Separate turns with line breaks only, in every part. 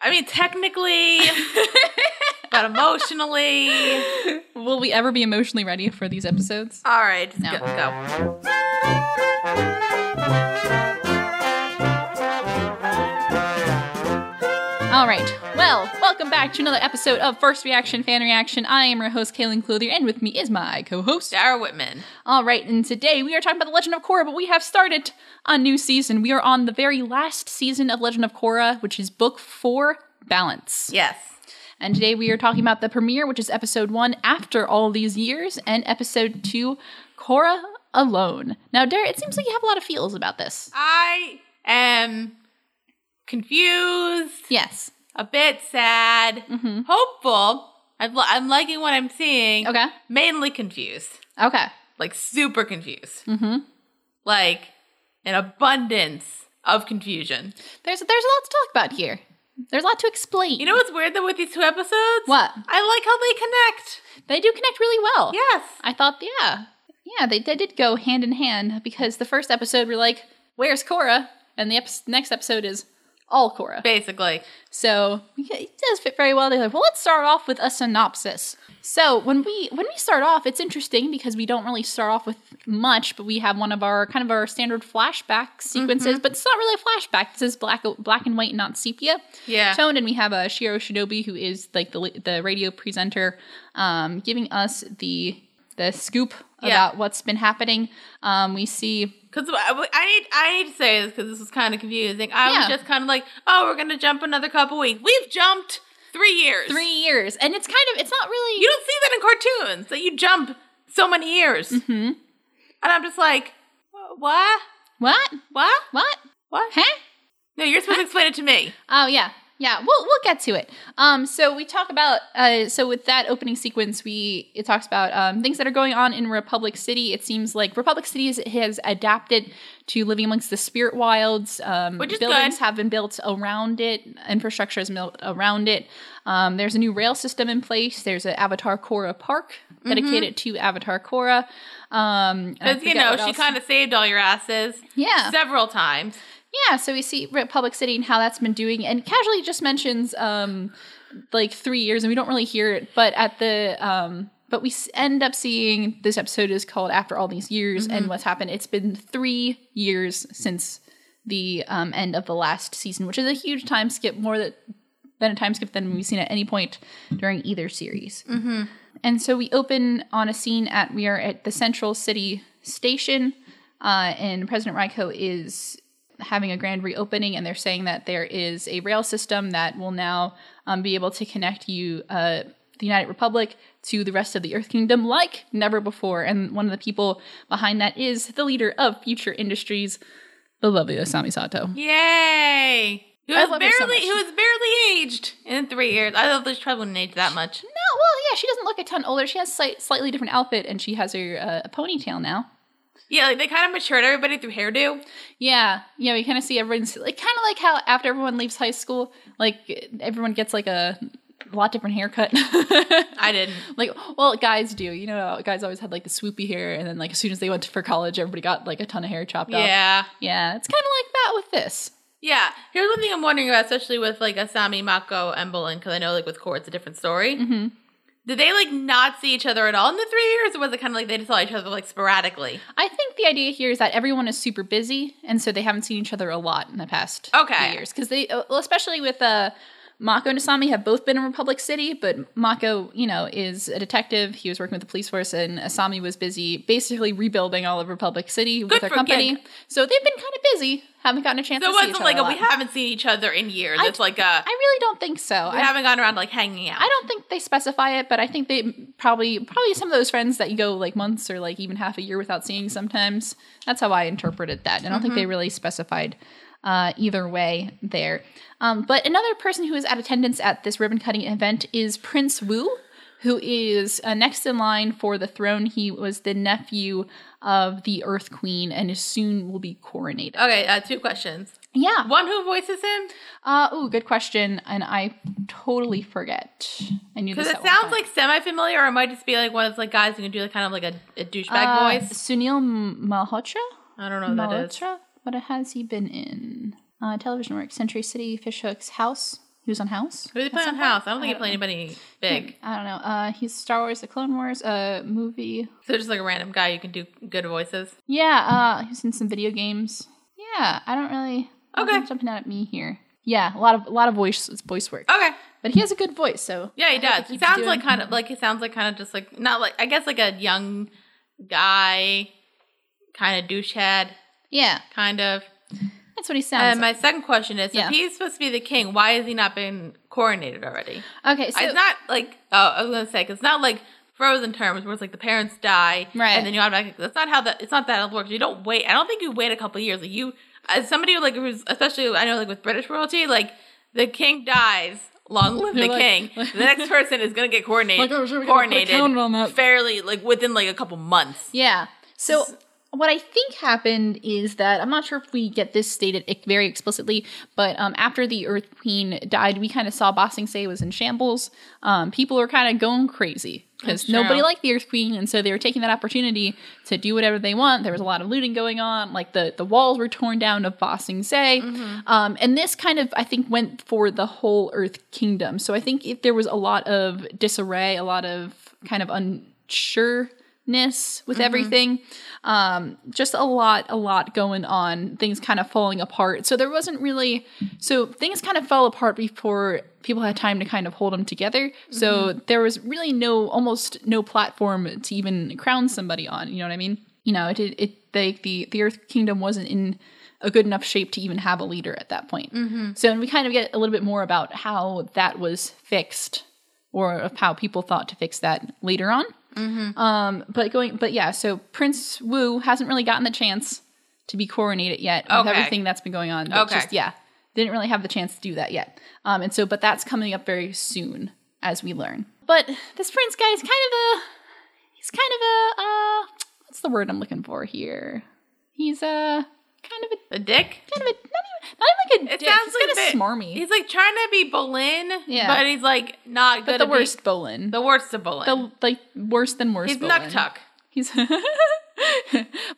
I mean, technically, but emotionally.
Will we ever be emotionally ready for these episodes?
All right,
No.
go. go.
All right. Well, welcome back to another episode of First Reaction Fan Reaction. I am your host, Kaylin Clothier, and with me is my co-host.
Sarah Whitman.
All right, and today we are talking about The Legend of Korra, but we have started a new season. We are on the very last season of Legend of Korra, which is book four, Balance.
Yes.
And today we are talking about the premiere, which is episode one, After All These Years, and episode two, Korra Alone. Now, Dara, it seems like you have a lot of feels about this.
I am confused,
Yes.
a bit sad, hopeful. I'm, li- I'm liking what I'm seeing.
Okay.
Mainly confused.
Okay.
Like, super confused. Mm-hmm. Like, an abundance of confusion.
There's there's a lot to talk about here. There's a lot to explain.
You know what's weird though with these two episodes?
What?
I like how they connect.
they do connect really well.
Yes.
I thought, yeah, yeah, they, they did go hand in hand because the first episode we're like, "Where's Cora?" and the epi- next episode is all Cora.
Basically.
So yeah, it does fit very well. They're like, well, let's start off with a synopsis. So when we when we start off, it's interesting because we don't really start off with much, but we have one of our kind of our standard flashback sequences.
Mm-hmm.
But it's not really a flashback. This is black black and white, not sepia
Yeah.
tone. And we have uh, Shiro Shinobi, who is like the the radio presenter, um, giving us the the scoop
Yeah.
about what's been happening. Um, we see
Because I I need I need to say this because this was kind of confusing. I was
Yeah.
just kind of like, oh, we're gonna jump another couple weeks. We've jumped three years.
three years, and it's kind of it's not really
You don't see that in cartoons that you jump so many years. Mm-hmm. And I'm just like, what?
what
What?
what
What?
huh.
No, you're supposed to explain it to me.
Oh yeah, yeah. We'll we'll get to it. Um, so we talk about uh, so with that opening sequence, we it talks about um, things that are going on in Republic City. It seems like Republic City is, has adapted to living amongst the spirit wilds. Um,
Which is
buildings
good.
have been built around it. Infrastructure is built around it. Um, there's a new rail system in place. There's an Avatar Korra Park dedicated to Avatar Korra. Um, and I
Because Mm-hmm. you
forget
know
what
she
else.
kind of saved all your asses
yeah
several times.
yeah, so we see Republic City and how that's been doing, and casually just mentions um, like three years, and we don't really hear it, but at the um, but we s- end up seeing this episode is called "After All These Years" and what's happened. It's been three years since the um, end of the last season, which is a huge time skip, more that, than a time skip than we've seen at any point during either series. And so we open on a scene at we are at the Central City Station, uh, and President Ryko is having a grand reopening, and they're saying that there is a rail system that will now um, be able to connect you, uh, the United Republic, to the rest of the Earth Kingdom like never before. And one of the people behind that is the leader of Future Industries, the lovely Osami Sato.
Yay! Who
I
has
love
barely
her so much.
who has barely aged in three years. I love this tribe wouldn't age that much.
No, well, yeah, she doesn't look a ton older. She has slight, slightly different outfit, and she has her uh, ponytail now.
Yeah, like they kind of matured everybody through hairdo.
Yeah, yeah, we kind of see everyone's like kind of like how after everyone leaves high school, like everyone gets like a lot different haircut.
I didn't.
like, well, guys do. You know, guys always had like the swoopy hair, and then like as soon as they went for college, everybody got like a ton of hair chopped off.
Yeah.
yeah, it's kind of like that with this.
Yeah. Here's one thing I'm wondering about, especially with like Asami, Mako, and Bolin, because I know like with Core it's a different story. Mm-hmm. Did they like not see each other at all in the three years, or was it kind of like they just saw each other like sporadically?
I think the idea here is that everyone is super busy, and so they haven't seen each other a lot in the past
Okay.
few years. Because they, well, especially with uh, Mako and Asami, have both been in Republic City, but Mako, you know, is a detective. He was working with the police force, and Asami was busy basically rebuilding all of Republic City with
Good
her
for
company.
Kid.
So they've been kind of busy, haven't gotten a chance
So it
to see each
wasn't
other.
like
a
a, we
lot.
haven't seen each other in years.
I-
it's like a
I really don't think so.
we
I,
haven't gone around like hanging out.
I don't think they specify it, but I think they probably probably some of those friends that you go like months or like even half a year without seeing sometimes. That's how I interpreted that. I don't think they
Mm-hmm.
really specified uh, either way there. Um, but another person who is at attendance at this ribbon cutting event is Prince Wu, who is uh, next in line for the throne. He was the nephew of the Earth Queen and is soon will be coronated.
okay, uh, two questions.
yeah.
One who voices him
Uh, ooh, good question. And I totally forget. I knew this
because it
at one
sounds
point.
like semi-familiar, or it might just be like one of those like guys who can do like kind of like a, a douchebag
Uh,
voice.
Sunil M- Malhotra?
I don't know who that is.
Malhotra? What has he been in? Uh, television work, Century City, Fishhook's House. He was on House.
Who did he play on House? I don't think he played anybody big.
I don't know. Uh, he's Star Wars: The Clone Wars, uh, movie.
So just like a random guy, you can do good voices.
Yeah, uh, he's in some video games. Yeah, I don't really.
Okay.
nothing's jumping out at me here. Yeah, a lot of a lot of voice voice work,
Okay.
but he has a good voice. So
Yeah, he
I hope
does. He
keeps
sounds
doing-
like kind of like he sounds like kind of just like not like I guess like a young guy, kind of douchehead,
yeah,
kind of.
that's what he sounds.
And my second question is:
Yeah.
If he's supposed to be the king, why has he not been coronated already?
like. Okay, so
it's not like oh, I was gonna say 'cause it's not like frozen terms where it's like the parents die,
Right.
And then you automatically. That's not how that. It's not that it works. You don't wait. I don't think you wait a couple years. Like you, as somebody who, like who's especially I know like with British royalty, like the king dies. Long live
You're
the
like-
king. the next person is gonna get coronated.
Like, oh, sure, we gotta put a
coronated
calendar on that.
fairly, like within like a couple months.
Yeah. So what I think happened is that I'm not sure if we get this stated ex- very explicitly, but um, after the Earth Queen died, we kind of saw Bossing Say was in shambles. Um, people were kind of going crazy because
That's true.
nobody liked the Earth Queen, and so they were taking that opportunity to do whatever they want. There was a lot of looting going on, like the the walls were torn down of Bossing Say,
Mm-hmm.
um, and this kind of I think went for the whole Earth Kingdom. So I think if there was a lot of disarray, a lot of kind of unsureness
Mm-hmm.
with everything um, just a lot, a lot going on. Things kind of falling apart. So there wasn't really. So things kind of fell apart before people had time to kind of hold them together. So there was really no, almost no platform to even crown somebody on. You know what I mean? You know, it it, it like the the Earth Kingdom wasn't in a good enough shape to even have a leader at that point. So and we kind of get a little bit more about how that was fixed, or of how people thought to fix that later on.
Mm-hmm.
Um, but going, but yeah, so Prince Wu hasn't really gotten the chance to be coronated yet with
Okay.
everything that's been going on. But
Okay.
just, yeah, didn't really have the chance to do that yet. Um, and so, but that's coming up very soon as we learn. But this prince guy is kind of a, he's kind of a, uh, what's the word I'm looking for here? He's a kind of a,
The dick.
kind of a, not even, not even like a
It
dick.
sounds
he's
like
kind
they-
of smarmy.
He's like trying to be Boleyn,
Yeah.
but he's like not good.
but the
at be-
worst Bolin.
the worst of Boleyn.
The, like worse than worse.
he's
Bolin.
Nuktuk.
He's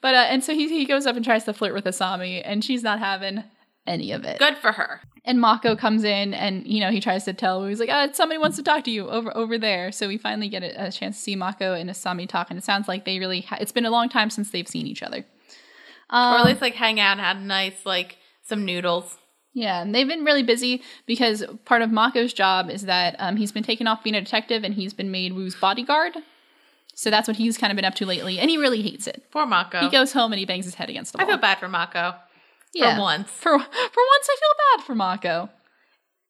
but uh, and so he he goes up and tries to flirt with Asami, and she's not having any of it.
Good for her.
And Mako comes in, and you know he tries to tell. He's like, uh, "Somebody wants to talk to you over over there." So we finally get a, a chance to see Mako and Asami talk, and it sounds like they really. Ha- it's been a long time since they've seen each other.
or
Um, Uh-huh.
at least like hang out and had a nice like some noodles.
Yeah, and they've been really busy because part of Mako's job is that um, he's been taken off being a detective, and he's been made Wu's bodyguard. So that's what he's kind of been up to lately, and he really hates it.
Poor Mako.
He goes home and he bangs his head against the
I
wall.
feel bad for Mako
Yeah.
for once.
For for once, I feel bad for Mako.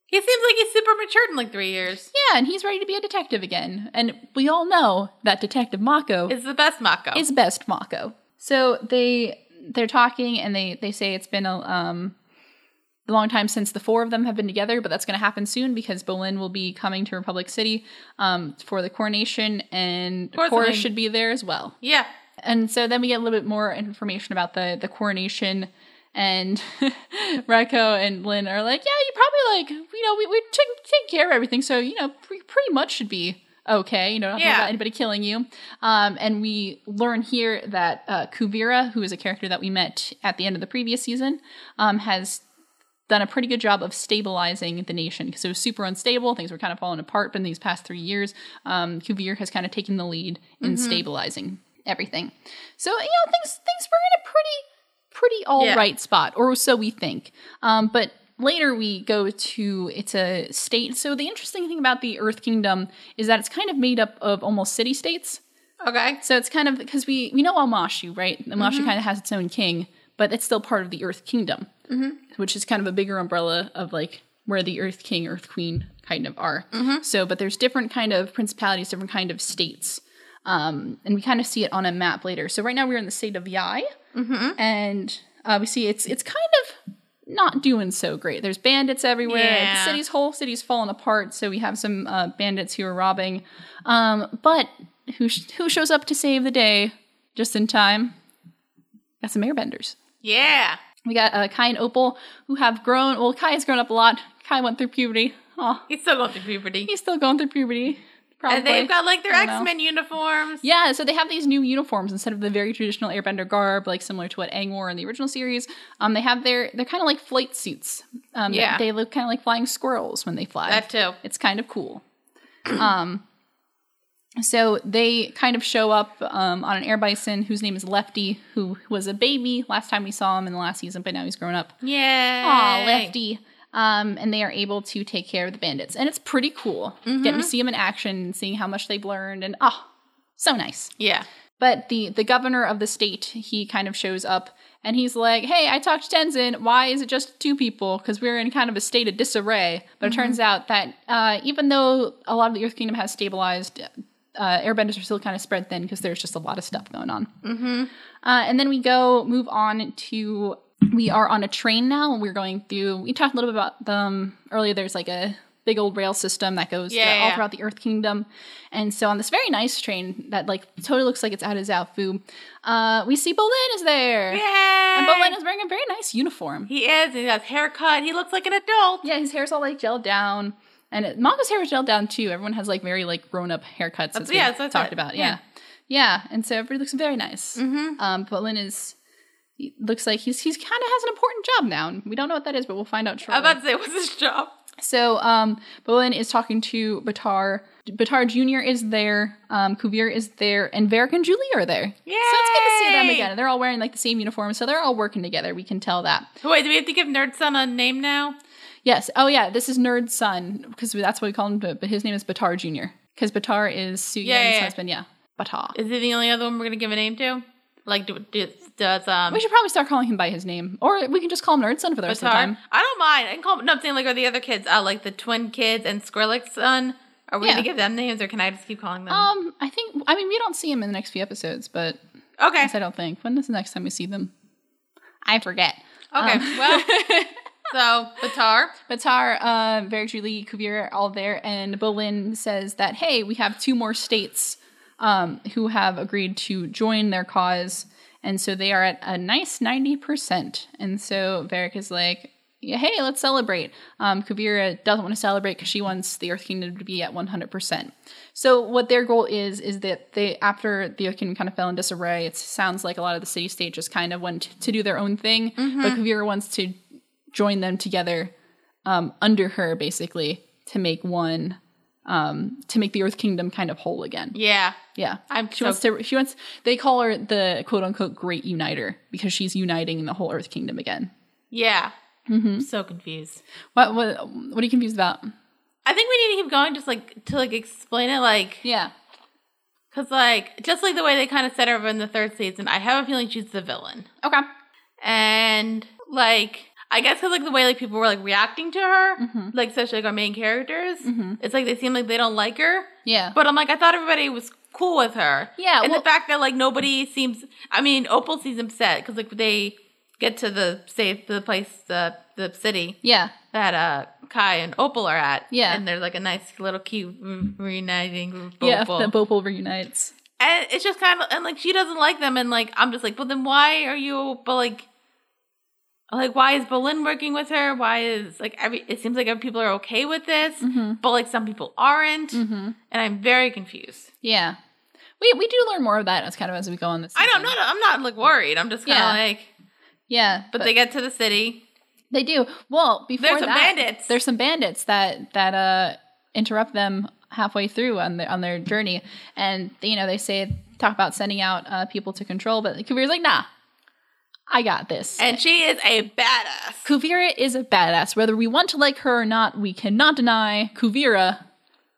He seems like he's super matured in like three years.
Yeah, and he's ready to be a detective again. And we all know that Detective Mako
It's the best Mako.
is best Mako. So they they're talking and they they say it's been a um a long time since the four of them have been together, but that's going to happen soon because Bolin will be coming to Republic City um, for the coronation, and
course, I
Cora
mean-
should be there as well.
yeah.
And so then we get a little bit more information about the the coronation. And Reko and Lynn are like, yeah, you probably like, you know, we, we took take care of everything, so you know, pre- pretty much should be okay. You know, not
Yeah.
about anybody killing you. Um, and we learn here that uh, Kuvira, who is a character that we met at the end of the previous season, um, has done a pretty good job of stabilizing the nation because it was super unstable. Things were kind of falling apart. But in these past three years, um, Kuvir has kind of taken the lead in stabilizing everything. So you know, things things were in a pretty pretty all right
Yeah.
spot, or so we think. Um, but later we go to it's a state. So the interesting thing about the Earth Kingdom is that it's kind of made up of almost city states.
Okay.
So it's kind of because we we know Almashu, right? Almashu kind of has its own king, but it's still part of the Earth Kingdom, which is kind of a bigger umbrella of like where the Earth King, Earth Queen kind of are. So, but there's different kind of principalities, different kind of states, um, and we kind of see it on a map later. So right now we're in the state of Yai, and uh, we see it's it's kind of not doing so great. There's bandits everywhere.
Yeah.
The city's whole city's fallen apart. So we have some uh, bandits who are robbing, um, but who sh- who shows up to save the day just in time? Got some airbenders.
Yeah.
We got uh, Kai and Opal who have grown. Well, Kai has grown up a lot. Kai went through puberty. Oh,
He's still going through puberty.
he's still going through puberty. Probably.
And they've got like their
I don't know.
X Men uniforms.
Yeah, so they have these new uniforms instead of the very traditional Airbender garb, like similar to what Aang wore in the original series. Um, they have their they're kind of like flight suits. Um,
Yeah.
they look kind of like flying squirrels when they fly.
That too.
It's kind of cool. um, so they kind of show up um, on an air bison whose name is Lefty, who was a baby last time we saw him in the last season, but now he's grown up.
Yeah.
Aw, Lefty. Um, and they are able to take care of the bandits. And it's pretty cool getting to see them in action and seeing how much they've learned. And oh, so nice.
Yeah.
But the, the governor of the state, he kind of shows up and he's like, Hey, I talked to Tenzin. Why is it just two people? Because we're in kind of a state of disarray. But it turns out that uh, even though a lot of the Earth Kingdom has stabilized, uh, airbenders are still kind of spread thin because there's just a lot of stuff going on. Uh, and then we go move on to we are on a train now and we're going through we talked a little bit about them earlier there's like a big old rail system that goes
Yeah,
throughout- all
yeah.
throughout the earth kingdom and so on this very nice train that like totally looks like it's out of zaofu uh, we see bolin is there
Yeah.
and bolin is wearing a very nice uniform
He is. He has haircut. He looks like an adult.
yeah his hair's all like gelled down and it, Mongo's hair was gelled down too everyone has like very like grown up haircuts as we
yeah,
yeah,
that's what I
talked
thought.
about
Yeah. Mm-hmm.
yeah. yeah and so everybody looks very nice um, but Lynn is he looks like he's he's kind of has an important job now, and we don't know what that is, but we'll find out shortly.
I'm about to say, what's his job?
so, um, Bolin is talking to Batar. Batar Junior is there. Um, Kuvir is there, and Varric and Julie are there. So it's good to see them
Yay!
again. They're all wearing like the same uniform, so they're all working together. We can tell that.
Wait, do we have to give Nerd Son a name now?
Yes. Oh yeah, this is Nerd's son because that's what we call him, but, but his name is Batar Junior because Batar is Su Yan's
Yeah, yeah, yeah.
husband. Yeah, Batar.
Is he the only other one we're gonna give a name to? Like, do, do, does um
We should probably start calling him by his name, or we can just call him Nerd's son for the rest of the
Batar?
time.
I don't mind. I can call. No, I'm saying like are the other kids? Uh, like the twin kids and Skrillex son. Are we
Yeah.
gonna give them names, or can I just keep calling them?
Um, I think I mean we don't see him in the next few episodes, but
okay.
I don't think. When is the next time we see them? I forget.
Okay.
Um,
Well, so Batar.
Batar, uh, Varric, Julie, Kuvir, all there, and Bolin says that hey, we have two more states um, who have agreed to join their cause, and so they are at a nice ninety percent. And so Varric is like, yeah, hey, let's celebrate. Um, Kuvira doesn't want to celebrate because she wants the Earth Kingdom to be at one hundred percent. So what their goal is is that they after the Earth Kingdom kind of fell in disarray, it sounds like a lot of the city state just kind of went to do their own thing, but Kuvira wants to join them together um, under her basically to make one um, to make the earth kingdom kind of whole again
Yeah.
yeah
I'm
she
so-
wants to she wants they call her the quote unquote great uniter because she's uniting the whole earth kingdom again
Yeah. I'm
Mm-hmm.
so confused.
what what what are you confused about
I think we need to keep going, just like to like explain it, like
yeah
because like just like the way they kind of set her up in the third season. I have a feeling she's the villain,
okay
and like I guess because like the way like people were like reacting to her,
Mm-hmm.
like especially like our main characters, it's like they seem like they don't like her.
yeah
But I'm like, I thought everybody was cool with her.
Yeah,
And
well-
the fact that like nobody seems. I mean, Opal seems upset because like they get to the safe the place the the city
yeah
that uh Kai and Opal are at.
Yeah.
And there's like a nice little cute re- reuniting group. of
yeah
Opal.
the Bopal reunites
and it's just kind of and like she doesn't like them and like I'm just like, but then why are you? But like. Like why is Berlin working with her? Why is like every? It seems like every people are okay with this,
Mm-hmm.
but like some people aren't,
Mm.
and I'm very confused.
yeah we we do learn more of that as kind of as we go on this
I don't
season.
know. I'm not like worried. I'm just kind of
Yeah.
like.
yeah
But, they get to the city.
They do. Well, before
There's some
that,
bandits.
There's some bandits that that uh, interrupt them halfway through on their on their journey, and you know they say talk about sending out uh, people to control, but Kuvira's like, nah, I got this.
And she is a badass.
Kuvira is a badass. Whether we want to like her or not, we cannot deny Kuvira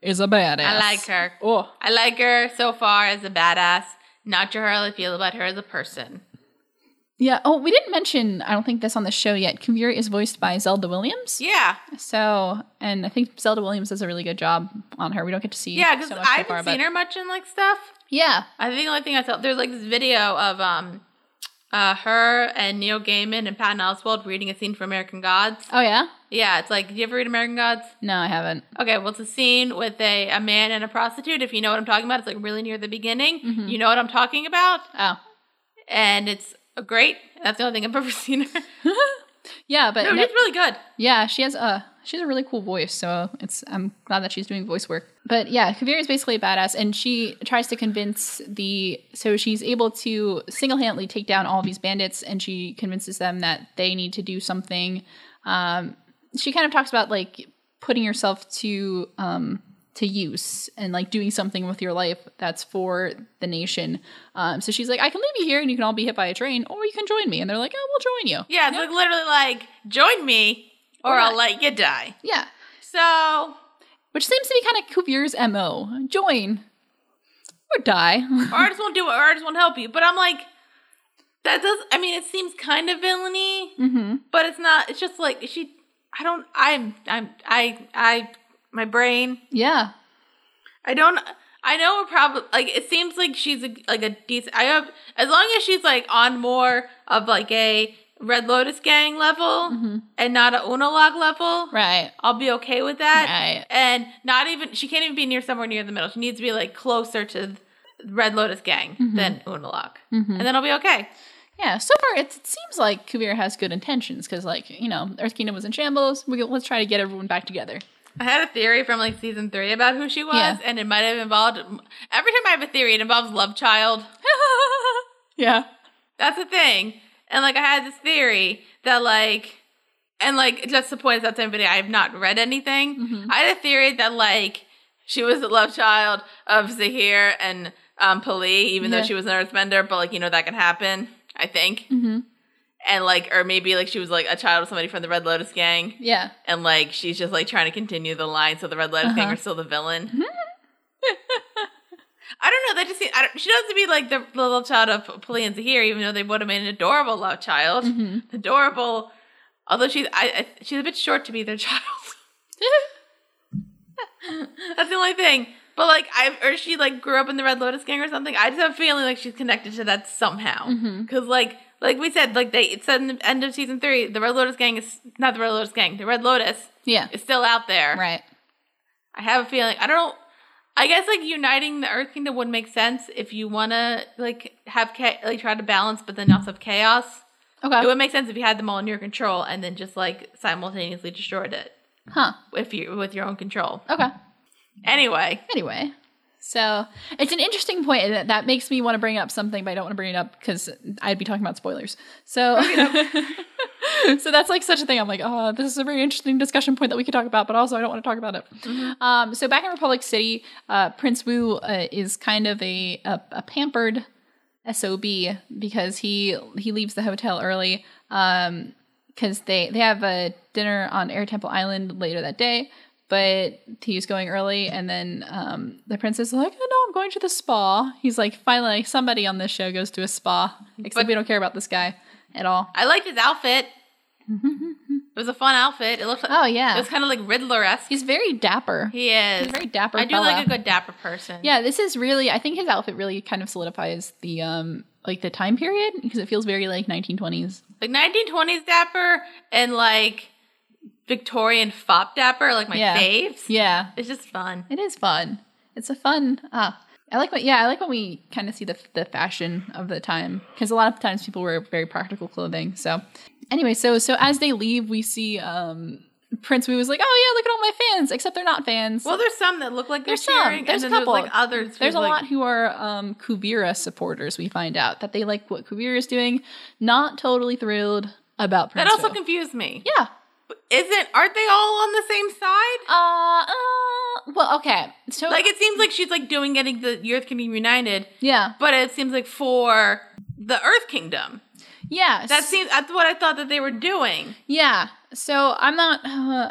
is a badass.
I like her.
Oh,
I like her so far as a badass. Not sure how I feel about her as a person.
yeah. Oh, we didn't mention. I don't think this on the show yet. Kuvira is voiced by Zelda Williams.
Yeah.
So, and I think Zelda Williams does a really good job on her. We don't get to see.
Yeah, because
so much so
I haven't
far, but-
seen her much in like stuff.
Yeah.
I think the only thing I saw there's like this video of um uh her and Neil Gaiman and Patton Oswald reading a scene from American Gods.
Oh yeah.
Yeah, it's like, do you ever read American Gods?
No, I haven't.
Okay, well, it's a scene with a, a man and a prostitute. If you know what I'm talking about, it's like really near the beginning.
Mm-hmm.
You know what I'm talking about?
Oh.
and it's great. That's the only thing I've ever seen her.
Yeah, but
No,
no-
it's really good.
yeah, she has a she has a really cool voice, so it's I'm glad that she's doing voice work. But yeah, Kaviri is basically a badass, and she tries to convince the so she's able to single handedly take down all these bandits, and she convinces them that they need to do something. Um, she kind of talks about like putting yourself to um, to use and like doing something with your life that's for the nation. Um, so she's like, I can leave you here, and you can all be hit by a train, or you can join me. And they're like, Oh, we'll join you.
Yeah, it's like literally like, join me or
Or
I'll
not.
let you die.
Yeah.
So,
Which seems to be kind of Cuvier's MO. Join or die.
or I just won't do it, or I just won't help you. But I'm like, that does. I mean, it seems kind of villainy,
mm-hmm.
but it's not. It's just like she. I don't. I'm. I'm. I. I. My brain.
Yeah.
I don't. I know we're probably like it seems like she's a, like a decent. I have as long as she's like on more of like a Red Lotus gang level and not a Unalog level,
Mm-hmm. Right.
I'll be okay with that.
Right.
And not even she can't even be near somewhere near the middle. She needs to be like closer to th- Red Lotus gang
Mm-hmm.
than Unalog, and then I'll be okay.
Yeah. So far, it, it seems like Kuvir has good intentions because, like, you know, Earth Kingdom was in shambles. We, let's try to get everyone back together.
I had a theory from like season three about who she was,
Yeah.
and it might have involved. Every time I have a theory, it involves Love Child.
yeah.
That's the thing. And like I had this theory that like and like just to point this out to anybody, I have not read anything. I had a theory that like she was the love child of Zahir and um Pali, even
Yeah.
though she was an earthbender, but like you know that can happen, I think.
Mm-hmm.
And like or maybe like she was like a child of somebody from the Red Lotus gang
Yeah.
and like she's just like trying to continue the line so the red letter gang
Uh-huh.
are still the villain i don't know that just seems, I don't, she doesn't be like the, the little child of Polly and Zahir, even though they would have made an adorable love child adorable although she's I, I, she's a bit short to be their child that's the only thing but like i or she like grew up in the red lotus gang or something i just have a feeling like she's connected to that somehow because like like we said like they it said in the end of season three the red lotus gang is not the red lotus gang the red lotus
yeah.
is still out there.
Right.
I have a feeling. I don't. I guess like uniting the Earth Kingdom would make sense if you wanna like have cha- like try to balance, but then also have chaos. It
Okay.
would make sense if you had them all in your control and then just like simultaneously destroyed it
Huh.
if you with your own control.
Okay.
Anyway,
Anyway, so it's an interesting point that, that makes me want to bring up something, but I don't want to bring it up because I'd be talking about spoilers. So, so that's like such a thing. I'm like, oh, this is a very interesting discussion point that we could talk about, but also I don't want to talk about it. Um, so back in Republic City, uh, Prince Wu uh, is kind of a a, a pampered sob because he he leaves the hotel early. Um, because they they have a dinner on Air Temple Island later that day. But he's going early, and then um, the princess is like, "Oh no, I'm going to the spa." He's like, "Finally, somebody on this show goes to a spa." Except
But-
we don't care about this guy at all.
I liked his outfit. it was a fun outfit. It looked. Like,
Oh
It
yeah,
was kind of like Riddler esque.
he's very dapper.
He is.
He's a very dapper.
I do
fella.
like a good dapper person.
Yeah, this is really. I think his outfit really kind of solidifies the um like the time period because it feels very like 1920s.
like 1920s dapper and like Victorian fop dapper, like my
Yeah.
faves.
Yeah,
It's just fun.
It is fun. It's a fun. Ah, I like what. Yeah, I like when we kind of see the the fashion of the time because a lot of times people wear very practical clothing. So anyway, so so as they leave, we see um Prince. We was like, oh yeah, look at all my fans. Except they're not fans.
Well, there's some that look like they're
There's some.
cheering,
There's a
and then
couple.
there's like others. who,
there's a
like-
lot who are um Kuvira supporters. We find out that they like what Kuvira is doing. Not totally thrilled about Prince.
that also
Wu.
confused me.
yeah.
Isn't aren't they all on the same side?
Uh, uh. Well, okay. So
Like it seems like she's like doing getting the Earth Kingdom united,
yeah,
but it seems like for the Earth Kingdom.
yeah.
That seems that's what I thought that they were doing.
Yeah. So I'm not,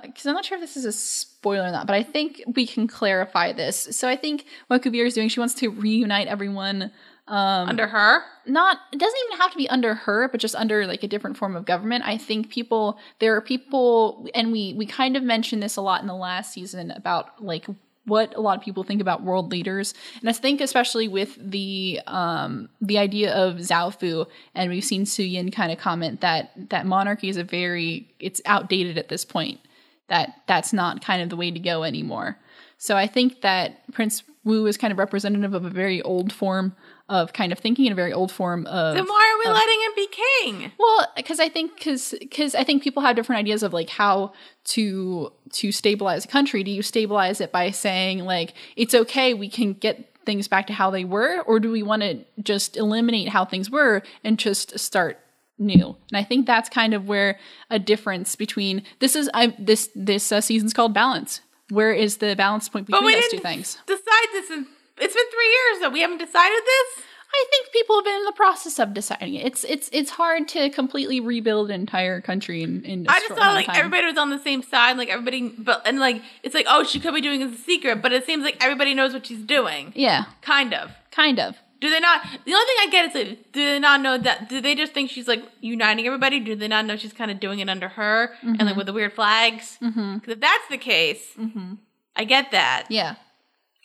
because I'm not sure if this is a spoiler or not, but I think we can clarify this. So I think what Kuvir is doing, she wants to reunite everyone. Um,
Under her,
not it doesn't even have to be under her but just under like a different form of government i think people there are people and we we kind of mentioned this a lot in the last season about like what a lot of people think about world leaders and i think especially with the um the idea of Zhao Fu, and we've seen su yin kind of comment that that monarchy is a very it's outdated at this point that that's not kind of the way to go anymore so i think that prince woo is kind of representative of a very old form of kind of thinking and a very old form of
Then why are we letting him be king?
well because i think because because i think people have different ideas of like how to to stabilize a country do you stabilize it by saying like it's okay we can get things back to how they were or do we want to just eliminate how things were and just start new and i think that's kind of where a difference between this is i this this uh, season's called balance where is the balance point between
we
those two
didn't-
things
Decide this. In, it's been three years that we haven't decided this.
I think people have been in the process of deciding it. It's it's it's hard to completely rebuild an entire country in, in a
I just
short
thought
amount of
like
time.
everybody was on the same side, like everybody, but and like it's like oh she could be doing this a secret, but it seems like everybody knows what she's doing,
Yeah,
kind of.
kind of.
Do they not? The only thing I get is like, do they not know that? Do they just think she's like uniting everybody? Do they not know she's kind of doing it under her and
Mm-hmm.
like with the weird flags? Because if that's the case, I get that.
Yeah,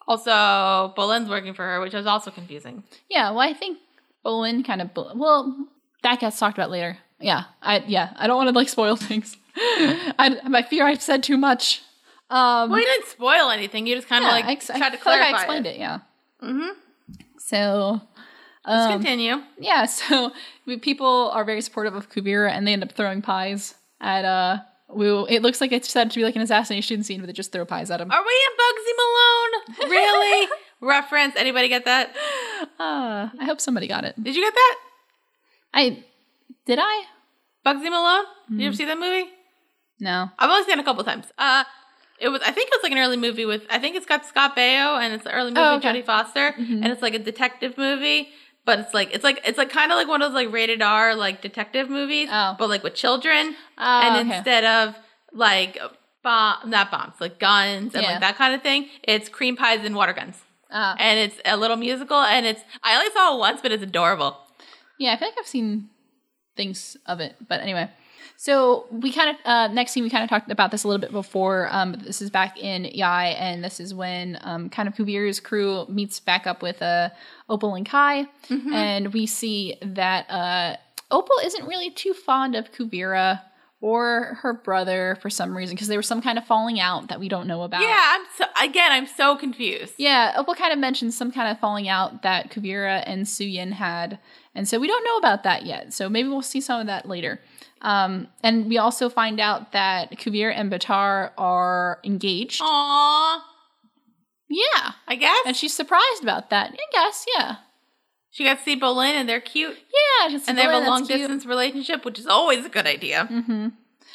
Also, Boleyn's working for her, which is also confusing.
yeah. Well, I think Bolin kind of bl- well that gets talked about later. Yeah, I yeah. I don't want to like spoil things. I I fear I've said too much. Um,
Well, you didn't spoil anything. You just kind of
yeah,
like
I ex- I
tried to
feel like
clarify.
I explained it. Yeah. Mm-hmm. So
Let's
Um,
continue.
yeah, so we, people are very supportive of Kuvira and they end up throwing pies at uh Wu. It looks like it's said to be like an assassination scene, but they just throw pies at him.
Are we in Bugsy Malone? Really? Reference? Anybody get that?
Uh, I hope somebody got it.
Did you get that?
I did I?
Bugsy Malone? Did you
Mm-hmm.
ever see that movie?
No.
I've only seen it a couple times. Uh, it was I think it was like an early movie with I think it's got Scott Baio and it's an early movie
Oh,
with
okay. Mm-hmm.
Jodie Foster and it's like a detective movie. But it's like it's like it's like kind of like one of those like rated R like detective movies,
Oh.
but like with children,
Oh,
and
okay.
instead of like bomb not bombs like guns and
Yeah.
like that kind of thing, it's cream pies and water guns,
Uh,
and it's a little musical, and it's I only saw it once, but it's adorable.
yeah, I feel like I've seen things of it, but anyway. So we kind of uh, next scene we kind of talked about this a little bit before. Um, but this is back in Yai, and this is when um, kind of Kuvira's crew meets back up with uh, Opal and Kai, and we see that uh, Opal isn't really too fond of Kuvira or her brother for some reason because there was some kind of falling out that we don't know about.
Yeah, I'm so again I'm so confused.
Oh. Yeah, Opal kind of mentions some kind of falling out that Kavira and Suyin had, and so we don't know about that yet. So maybe we'll see some of that later. Um, and we also find out that Kuvira and Batar are engaged.
Oh. Aww,
Yeah,
I guess.
and she's surprised about that. I guess, yeah,
She got to see Bolin, and they're cute,
yeah. it's
and they have
Berlin,
a
that's
long
cute.
distance relationship, which is always a good idea. Mm-hmm.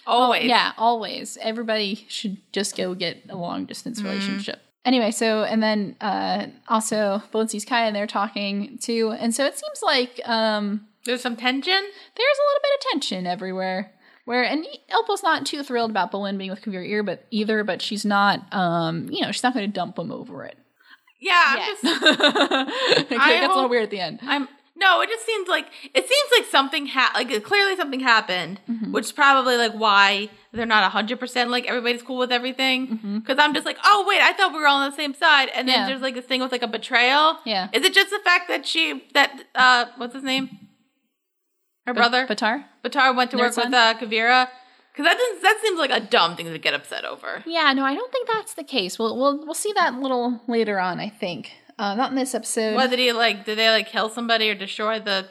Oh,
Always,
yeah, always. Everybody should just go get a long distance
Mm.
relationship. Anyway, so and then uh, also Bolin sees Kai and they're talking too, and so it seems like. Um,
There's some tension.
there's a little bit of tension everywhere. Where and Elpo's not too thrilled about Bolin being with Kavir ear, but either, but she's not, um, you know, she's not going to dump him over it.
Yeah, I'm
Yet.
just,
it gets a little
hope-
weird at the end.
I'm. No, it just seems like it seems like something ha- like clearly something happened,
Mm-hmm.
which is probably like why they're not hundred percent like everybody's cool with everything. Because I'm just like, oh wait, I thought we were all on the same side, and then
Mm-hmm. Yeah.
there's like this thing with like a betrayal.
Yeah.
is it just the fact that she that uh what's his name, her brother
Batar.
Batar went to
Nerd
work
son?
with uh, Kavira. Because that, doesn't- that seems like a dumb thing to get upset over.
Yeah, no, I don't think that's the case. We'll we'll we'll see that a little later on. I think uh, not in this episode.
What did he like? Did they like kill somebody or destroy the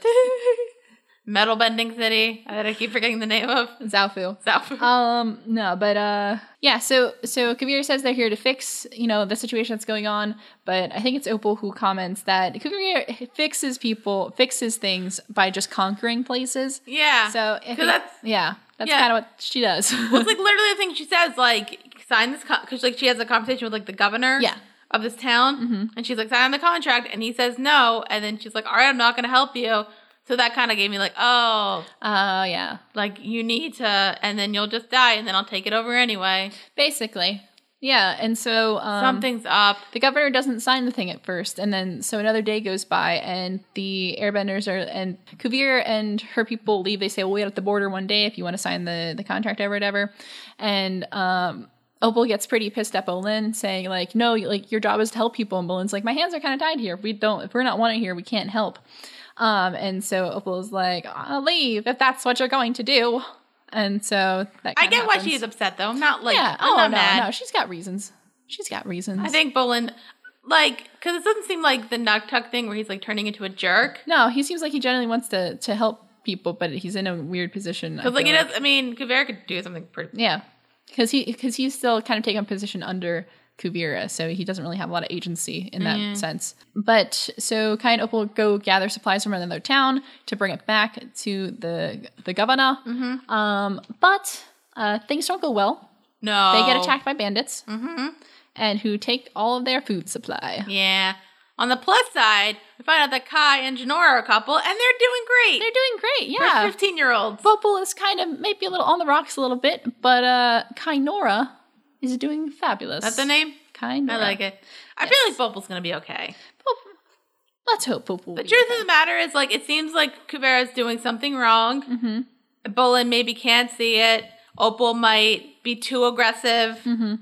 metal bending city that I keep forgetting the name of?
Zaofu.
South.
Um, no, but uh, yeah. So so Kavir says they're here to fix you know the situation that's going on, but I think it's Opal who comments that Kavir fixes people, fixes things by just conquering places.
yeah.
So I
because
think-
that's
yeah, that's
yeah.
kind of what she does.
it's like literally the thing she says. Like sign this because like she has a conversation with like the governor.
Yeah. Mm-hmm.
Of this town, and she's like, sign the contract, and he says no, and then she's like, all right, I'm not going to help you. So that kind of gave me like, oh,
Oh yeah,
like you need to, and then you'll just die, and then I'll take it over anyway.
basically. Yeah, and so um,
Something's up.
the governor doesn't sign the thing at first and then so another day goes by and the airbenders are and kuvir and her people leave they say we'll wait at the border one day if you want to sign the the contract or whatever and um Opal gets pretty pissed at Bolin, saying like, "No, like your job is to help people." And Bolin's like, "My hands are kind of tied here. If we don't, if we're not wanted here, we can't help." Um, and so Opal is like, "I'll leave if that's what you're going to do." And so that
I
kinda
get why
happens.
she's upset though. I'm not like
yeah.
I'm
oh
not
no,
mad.
no, she's got reasons. She's got reasons.
I think Bolin like because it doesn't seem like the Noctuck thing where he's like turning into a jerk.
No, he seems like he generally wants to to help people, but he's in a weird position. I
Because like
feel
it is, I mean, Kuvera could do something pretty.
yeah, because he because he's still kind of taking a position under Kuvira, so he doesn't really have a lot of agency in that
Mm.
sense. But so Kai and Opal go gather supplies from another town to bring it back to the the governor.
Mm-hmm.
Um, but uh, things don't go well.
No,
They get
Oh.
attacked by bandits, mm-hmm. and who take all of their food supply.
Yeah. On the plus side, we find out that Kai and Janora are a couple, and they're doing great.
They're doing great, yeah.
fifteen-year-olds.
Bopal is kind of maybe a little on the rocks a little bit, but uh Kainora is doing fabulous.
That's the name.
Kainora.
I like it. I feel like Bubble's gonna be okay.
Bopal- Let's hope Bopal.
The truth of the matter is, like, it seems like Kuvera's doing something wrong. Mm-hmm. Bolin maybe can't see it. Opal might be too aggressive. Mm-hmm.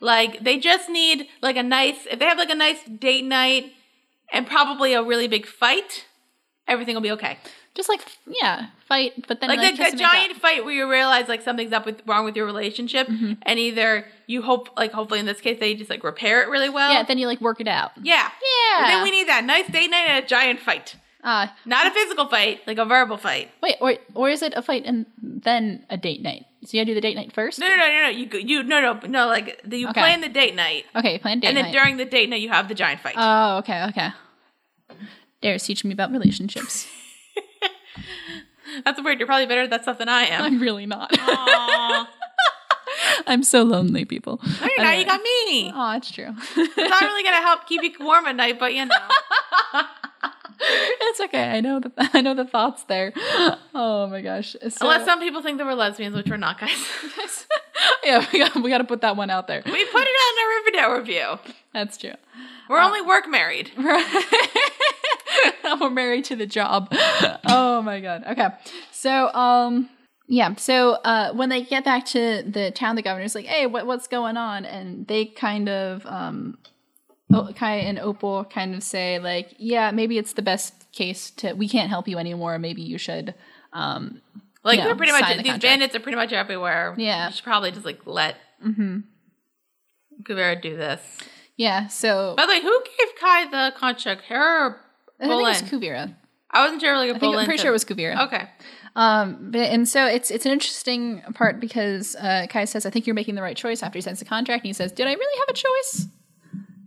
Like, they just need like a nice. If they have like a nice date night and probably a really big fight, everything will be okay.
just like yeah, fight, but then
like,
like,
that,
has to
that
make
giant fight where you realize like something's up with wrong with your relationship, and either you hope like hopefully in this case they just like repair it really well.
up- Yeah, then you like work it out.
yeah,
Yeah.
Then we need that nice date night and a giant fight,
Uh
not a physical fight, like a verbal fight.
wait, or or is it a fight and then a date night? So you gotta do the date night first?
No, no, no, no, no. You go- you no no no like the, you
Okay.
plan the date night,
Okay, plan date
and then
night.
during the date night you have the giant fight.
oh, okay, okay. Dare's teaching me about relationships.
That's weird. You're probably better at that stuff than I am.
I'm really not.
Aw.
I'm so lonely, people.
No, you're not. You got me.
Oh, it's true.
It's not really gonna help keep you warm at night, but you know.
it's okay. I know the I know the thoughts there. Oh my gosh. So,
Unless some people think that we're lesbians, which we're not, guys.
yeah, we got, we got to put that one out there.
We put it on our Riverdale review.
That's true.
We're only work married.
We're married to the job. Oh my god. Okay. So um yeah, so uh when they get back to the town, the governor's like, hey, what what's going on? And they kind of um O- Kai and Opal kind of say, like, yeah, maybe it's the best case to we can't help you anymore. Maybe you should um
Like
Yeah,
they're pretty much
sign the
these
contract.
bandits are pretty much everywhere.
Yeah.
you should probably just like let Mm-hmm. Guevara do this.
yeah, so
By the way, who gave Kai the contract? Her. Or
I think it was
Bolin?
Kuvira.
I wasn't sure. Like,
I think I'm pretty sure it was Kuvira.
Okay.
Um, but, and so it's it's an interesting part because uh, Kai says, "I think you're making the right choice." After he signs the contract, and he says, "Did I really have a choice?"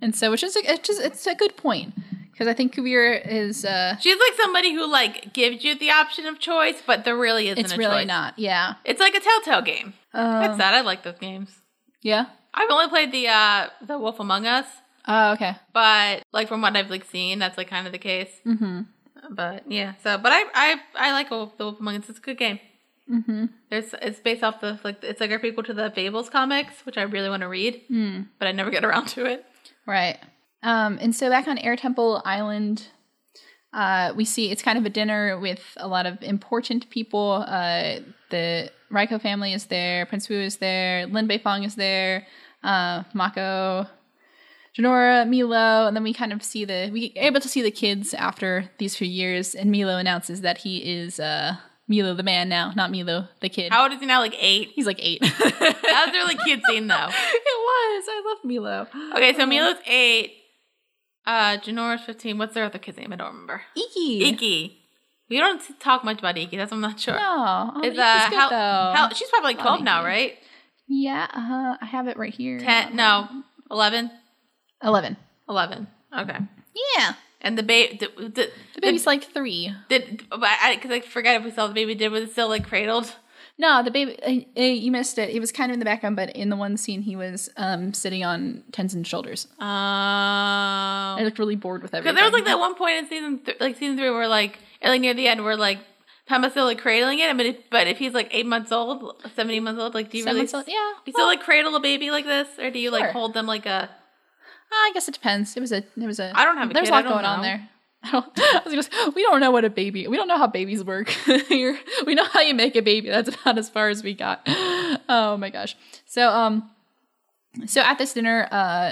And so, which is a, it's just it's a good point because I think Kuvira is uh,
She's like somebody who like gives you the option of choice, but there really isn't.
it's
a
really
choice.
not, yeah,
It's like a Telltale game. That's
um,
that. I like those games.
yeah.
I've only played the uh the Wolf Among Us,
Oh, okay.
but like from what I've like seen, that's like kind of the case.
Mm-hmm.
But yeah, so but I I I like Wolf- the Wolf Among Us. It's a good game.
Mm-hmm.
There's it's based off the like it's like a prequel to the Fables comics, which I really want to read,
Mm.
but I never get around to it.
Right. Um, and so back on Air Temple Island, uh, we see it's kind of a dinner with a lot of important people. Uh, the Raiko family is there, Prince Wu is there, Lin Beifong is there, uh, Mako, Janora, Milo, and then we kind of see the we able to see the kids after these few years, and Milo announces that he is uh, Milo the man now, not Milo the kid.
How old is he now? Like eight.
He's like eight.
That was
it
a really cute scene though.
was. I love Milo.
Okay,
Um,
so Milo's eight. Uh, Janora's fifteen. What's their other kid's name? I don't remember.
Iki.
Iki. We don't talk much about Iki. That's why I'm not sure.
No, oh,
Is,
Iki's
uh,
good
how-
though.
Hell, she's probably like
Love
twelve now,
Iki.
right?
yeah, uh, I have it right here.
Ten? No, eleven.
eleven.
Eleven. Okay.
Yeah,
And the baby. The, the,
the baby's like three.
Did because I, 'cause I forgot if we saw the baby. Did was it still like cradled?
No, the baby. Uh, uh, you missed it. It was kind of in the background, but in the one scene, he was um, sitting on Tenzin's shoulders.
Um.
I looked really bored with
Because
everything.
there was like that one point in season, th- like season three, where like, and, like near the end, where like Pema's still like cradling it. But if, but if he's like eight months old, seventy months old, like do you
Someone
really?
said-
do
yeah.
you still
well,
like cradle a baby like this, or do you
Sure.
like hold them like a?
Ah, I guess it depends. It was a. It was a.
I don't have a
There's
kid,
a
I
lot
don't
going on
know.
there. I don't, I was gonna say, we don't know what a baby. We don't know how babies work. here. we know how you make a baby. That's about as far as we got. Oh my gosh. So um, so at this dinner, uh,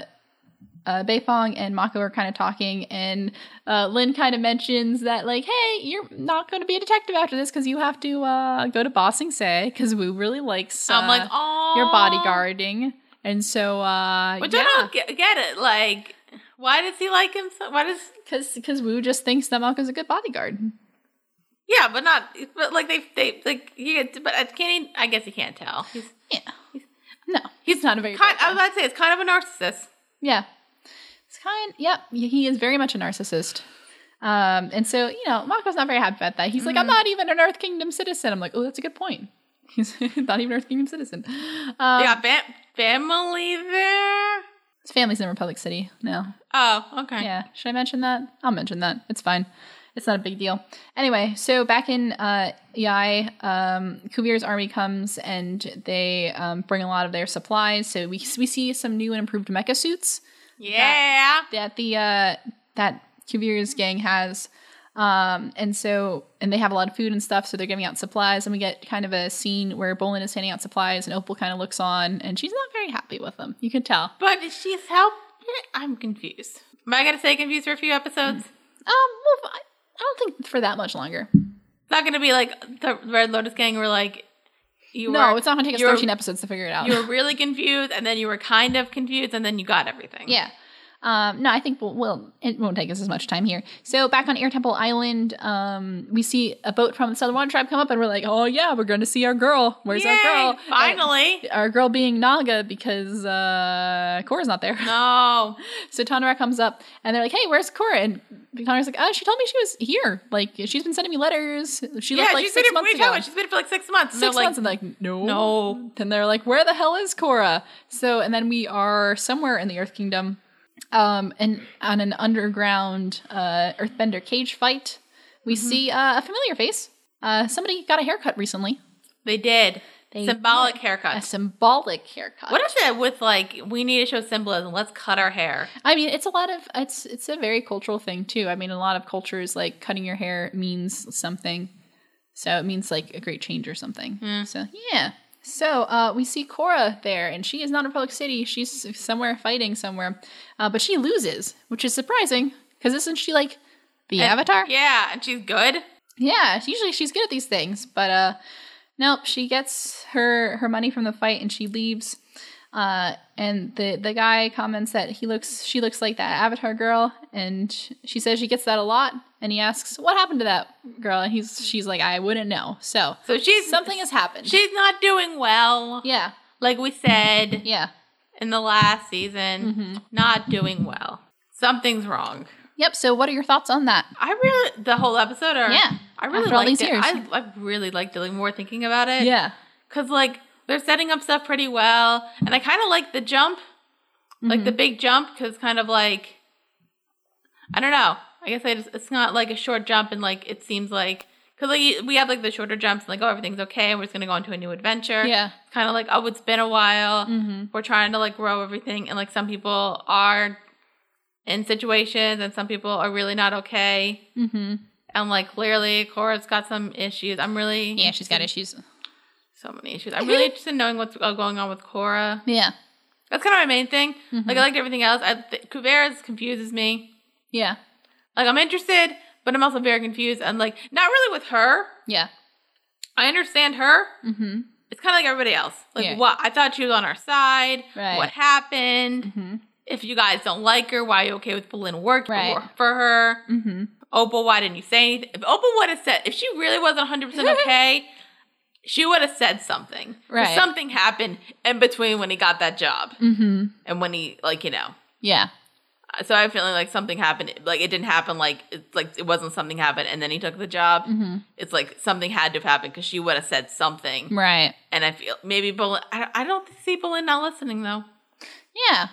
uh, Beifong and Mako are kind of talking, and uh, Lin kind of mentions that, like, hey, you're not going to be a detective after this because you have to uh, go to Bossing Say because Wu really likes uh,
I'm like, oh,
your bodyguarding. And so, uh,
Which
yeah.
I don't get, get it. Like, Why does he like him so? Why does?
because because Wu just thinks that Malcolm's a good bodyguard.
Yeah, but not. But like they they like you. get- But can he? I guess he can't tell. He's
Yeah, no, he's not a very.
kind,
bright
I
guy.
was about to say it's kind of a narcissist.
Yeah. It's kind yep, he is very much a narcissist. Um, and so, you know, Mako's not very happy about that. He's like, I'm not even an Earth Kingdom citizen. I'm like, oh, that's a good point. He's not even an Earth Kingdom citizen. Um,
They got fam- family there.
His family's in Republic City now.
Oh, okay.
Yeah. Should I mention that? I'll mention that. It's fine. It's not a big deal. Anyway, so back in uh, Yai, um, Kubir's army comes and they um, bring a lot of their supplies. So we, we see some new and improved mecha suits.
Yeah.
that the uh that Kuvir's gang has. Um, and so and they have a lot of food and stuff, so they're giving out supplies, and we get kind of a scene where Bolin is handing out supplies and Opal kind of looks on and she's not very happy with them. You can tell. Um,
But she's help. I'm confused. Am I gonna stay confused for a few episodes?
Um well I I don't think for that much longer.
It's not gonna be like the Red Lotus gang were like you
no,
were
it's not gonna take us
you're-
thirteen episodes to figure it out.
you were really confused and then you were kind of confused and then you got everything.
Yeah. Um, no, I think we'll, we'll it won't take us as much time here. So back on Air Temple Island, um, we see a boat from the Southern Water Tribe come up, and we're like, "Oh yeah, we're going to see our girl. Where's
Yay,
our girl? And-
Finally.
our girl being Naga because uh Korra's not there.
no.
So Tanara comes up and they're like, "Hey, where's Korra?" And Tanara's like, "Oh, she told me she was here. Like she's been sending me letters. She
yeah,
left like
she's
six
been here,
months
we
ago.
talking about? She's been here for like six months. And
six
they're
months."
like,
And like, no,
No.
And they're like, "Where the hell is Korra?" So and then we are somewhere in the Earth Kingdom, um, and on an underground uh Earthbender cage fight, we
Mm-hmm.
see uh, a familiar face. Uh, somebody got a haircut recently.
they did.
They
Symbolic
A
haircut.
symbolic haircut.
What is it with like we need to show symbolism? Let's cut our hair.
I mean, it's a lot of it's it's a very cultural thing too. I mean, a lot of cultures like cutting your hair means something. So it means like a great change or something. So yeah. So uh, we see Cora there, and she is not in Republic City. She's somewhere fighting somewhere, uh, but she loses, which is surprising because isn't she like the Avatar?
Yeah, and she's good.
Yeah, usually she's good at these things, but uh nope, she gets her her money from the fight and she leaves. Uh and the the guy comments that he looks she looks like that avatar girl and she says she gets that a lot and he asks what happened to that girl and he's she's like I wouldn't know. So
So she's
something has happened.
she's not doing well.
yeah.
Like we said
Yeah.
in the last season,
Mm-hmm.
not doing well. Something's wrong.
Yep, so what are your thoughts on that?
I really the whole episode. Or,
Yeah,
I really
after all
liked
these
it.
years.
I, I really liked it. Like more thinking about it.
Yeah.
because like they're setting up stuff pretty well, and I kind of like the jump, like
Mm-hmm.
the big jump, because kind of like I don't know. I guess I just, it's not like a short jump, and like it seems like because like you- we have like the shorter jumps, and like oh everything's okay, we're just gonna go into a new adventure.
Yeah. Mm-hmm.
kind of like oh it's been a while, Mm-hmm. we're trying to like grow everything, and like some people are in situations, and some people are really not okay.
Mhm.
And like clearly, Cora's got some issues. I'm really
Yeah, she's got issues.
so many issues. I'm really interested in knowing what's uh, going on with Cora.
Yeah.
That's kind of my main thing.
Mm-hmm.
Like I liked everything else. I th- Kuveras confuses me.
Yeah.
Like I'm interested, but I'm also very confused. And like not really with her.
Yeah.
I understand her.
Mhm.
It's kind of like everybody else. Like
Yeah.
what I thought she was on our side.
Right.
What happened?
Mhm.
If you guys don't like her, why are you okay with Berlin working
Right.
for- for her?
Mhm.
Opal, why didn't you say anything? If Opal would have said, if she really wasn't 100% okay, she would have said something. 'Cause
Right.
Something happened in between when he got that job
Mhm.
and when he, like, you know.
Yeah.
So I have a feeling like something happened. Like, it didn't happen, like, it's like it wasn't something happened and then he took the job.
Mhm.
It's like something had to have happened because she would have said something.
Right.
And I feel maybe Bolin, I, I don't see Bolin not listening though.
Yeah.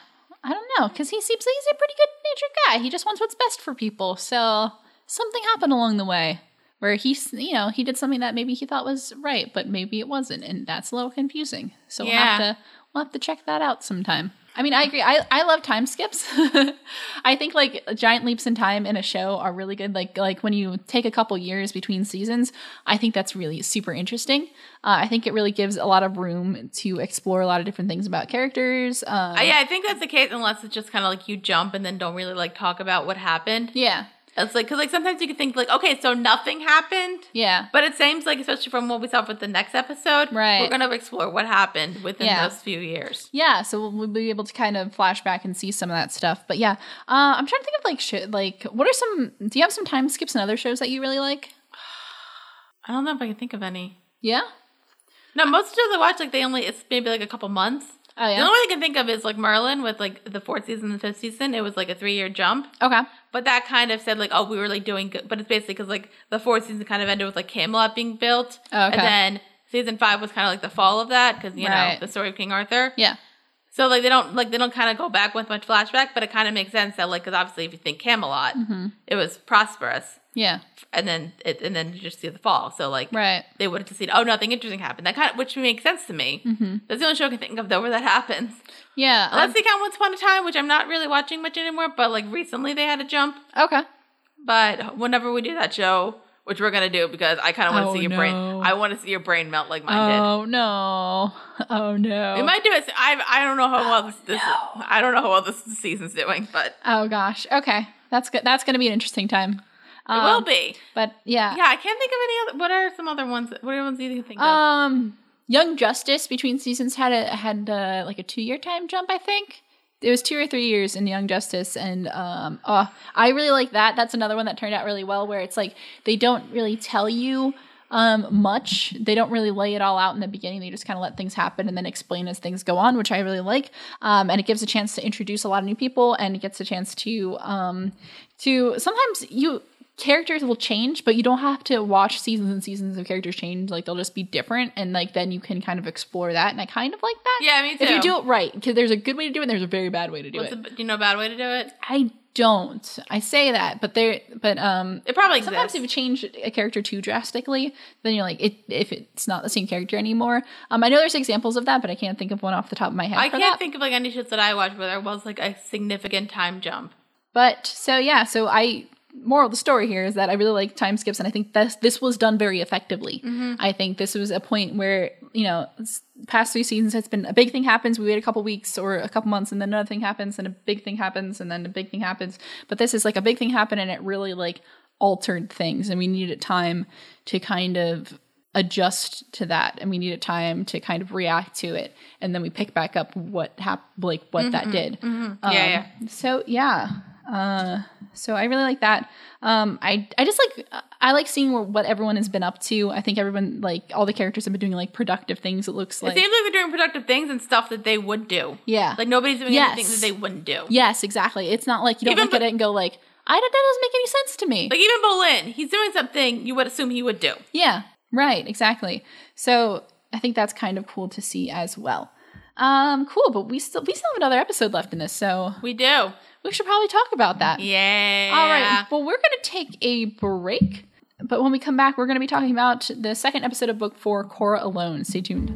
I don't know, because he seems like he's a pretty good natured guy. He just wants what's best for people. So something happened along the way where he, s- you know, he did something that maybe he thought was right, but maybe it wasn't, and that's a little confusing. So we'll have
Yeah.
to we'll have to check that out sometime. I mean, I agree. I, I love time skips. I think like giant leaps in time in a show are really good. Like like when you take a couple years between seasons, I think that's really super interesting. Uh, I think it really gives a lot of room to explore a lot of different things about characters. Um,
Uh, I, yeah, I think that's the case unless it's just kind of like you jump and then don't really like talk about what happened.
Yeah.
It's like because like sometimes you could think like, okay, so nothing happened,
Yeah.
but it seems like especially from what we saw with the next episode,
Right.
We're gonna explore what happened within
Yeah.
those few years.
Yeah, so we'll, we'll be able to kind of flash back and see some of that stuff. But yeah, uh, I'm trying to think of like shit. Like, what are some? Do you have some time skips and other shows that you really like?
I don't know if I can think of any.
Yeah.
No, most shows I watch like they only it's maybe like a couple months.
Oh
The
yeah.
only one I can think of is like Merlin with like the fourth season and the fifth season. It was like a three year jump,
Okay.
but that kind of said like, oh, we were like doing good. But it's basically because like the fourth season kind of ended with like Camelot being built,
Oh, okay.
and then season five was kind of like the fall of that because you
Right.
know the story of King Arthur.
Yeah.
So like they don't like they don't kind of go back with much flashback, but it kind of makes sense that like because obviously if you think Camelot,
Mm-hmm.
it was prosperous,
Yeah.
and then it and then you just see the fall. So like
Right.
they would have just seen oh nothing interesting happened. That kind of which makes sense to me.
Mm-hmm.
That's the only show I can think of though where that happens.
Yeah.
Unless they count Once Upon a Time, which I'm not really watching much anymore, but like recently they had a jump.
um, okay.
But whenever we do that show, which we're gonna do because I kind of want to
Oh,
see your brain.
no.
I want to see your brain melt like mine did.
Oh no. Oh no.
We might do it. so- I I don't know how well this, this I don't know how well this season's doing, but
oh gosh. Okay. That's good. That's gonna be an interesting time.
it
Um, uh,
will be.
But yeah.
Yeah, I can't think of any other. What are some other ones? What are ones you can think of?
Um, Young Justice between seasons had a had uh, like a two year time jump. I think it was two or three years in Young Justice, and um, oh, I really like that. That's another one that turned out really well, where it's like they don't really tell you um much they don't really lay it all out in the beginning they just kind of let things happen and then explain as things go on which i really like um and it gives a chance to introduce a lot of new people and it gets a chance to um to sometimes you characters will change, but you don't have to watch seasons and seasons of characters change. Like they'll just be different, and like then you can kind of explore that. And I kind of like that.
Yeah, me
If you
too.
do it right, because there's a good way to do it, and there's a very bad way to do
What's a,
it.
do you know a bad way to do it?
I don't. I say that, but there, but um.
It probably exists.
Sometimes if you change a character too drastically, then you're like, it, if it's not the same character anymore. Um, I know there's examples of that, but I can't think of one off the top of my head.
I
for
can't
that.
think of like any shows that I watched where there was like a significant time jump.
But so yeah, so I moral of the story here is that I really like time skips, and I think this this was done very effectively.
Mm-hmm.
I think this was a point where you know s- past three seasons it's been a big thing happens, we wait a couple weeks or a couple months, and then another thing happens, and a big thing happens, and then a big thing happens. But this is like a big thing happened, and it really like altered things, and we needed time to kind of adjust to that and we needed time to kind of react to it and then we pick back up what hap- like what that did Um,
Yeah, Mm-hmm. yeah.
so yeah uh so i really like that um i i just like i like seeing what, what everyone has been up to i think everyone like all the characters have been doing like productive things it looks like
it seems like they're doing productive things and stuff that they would do.
yeah
Like nobody's doing
Yes.
anything that they wouldn't do.
yes exactly it's not like you don't
Even
look at
bu-
it and go like i don't that doesn't make any sense to me
Like even Bolin, he's doing something you would assume he would do.
Yeah, right, exactly. So I think that's kind of cool to see as well. Um, cool, but we still we still have another episode left in this, so
We do.
we should probably talk about that.
Yeah.
All right. Well, we're gonna take a break, but when we come back, we're gonna be talking about the second episode of Book Four, Cora Alone. Stay tuned.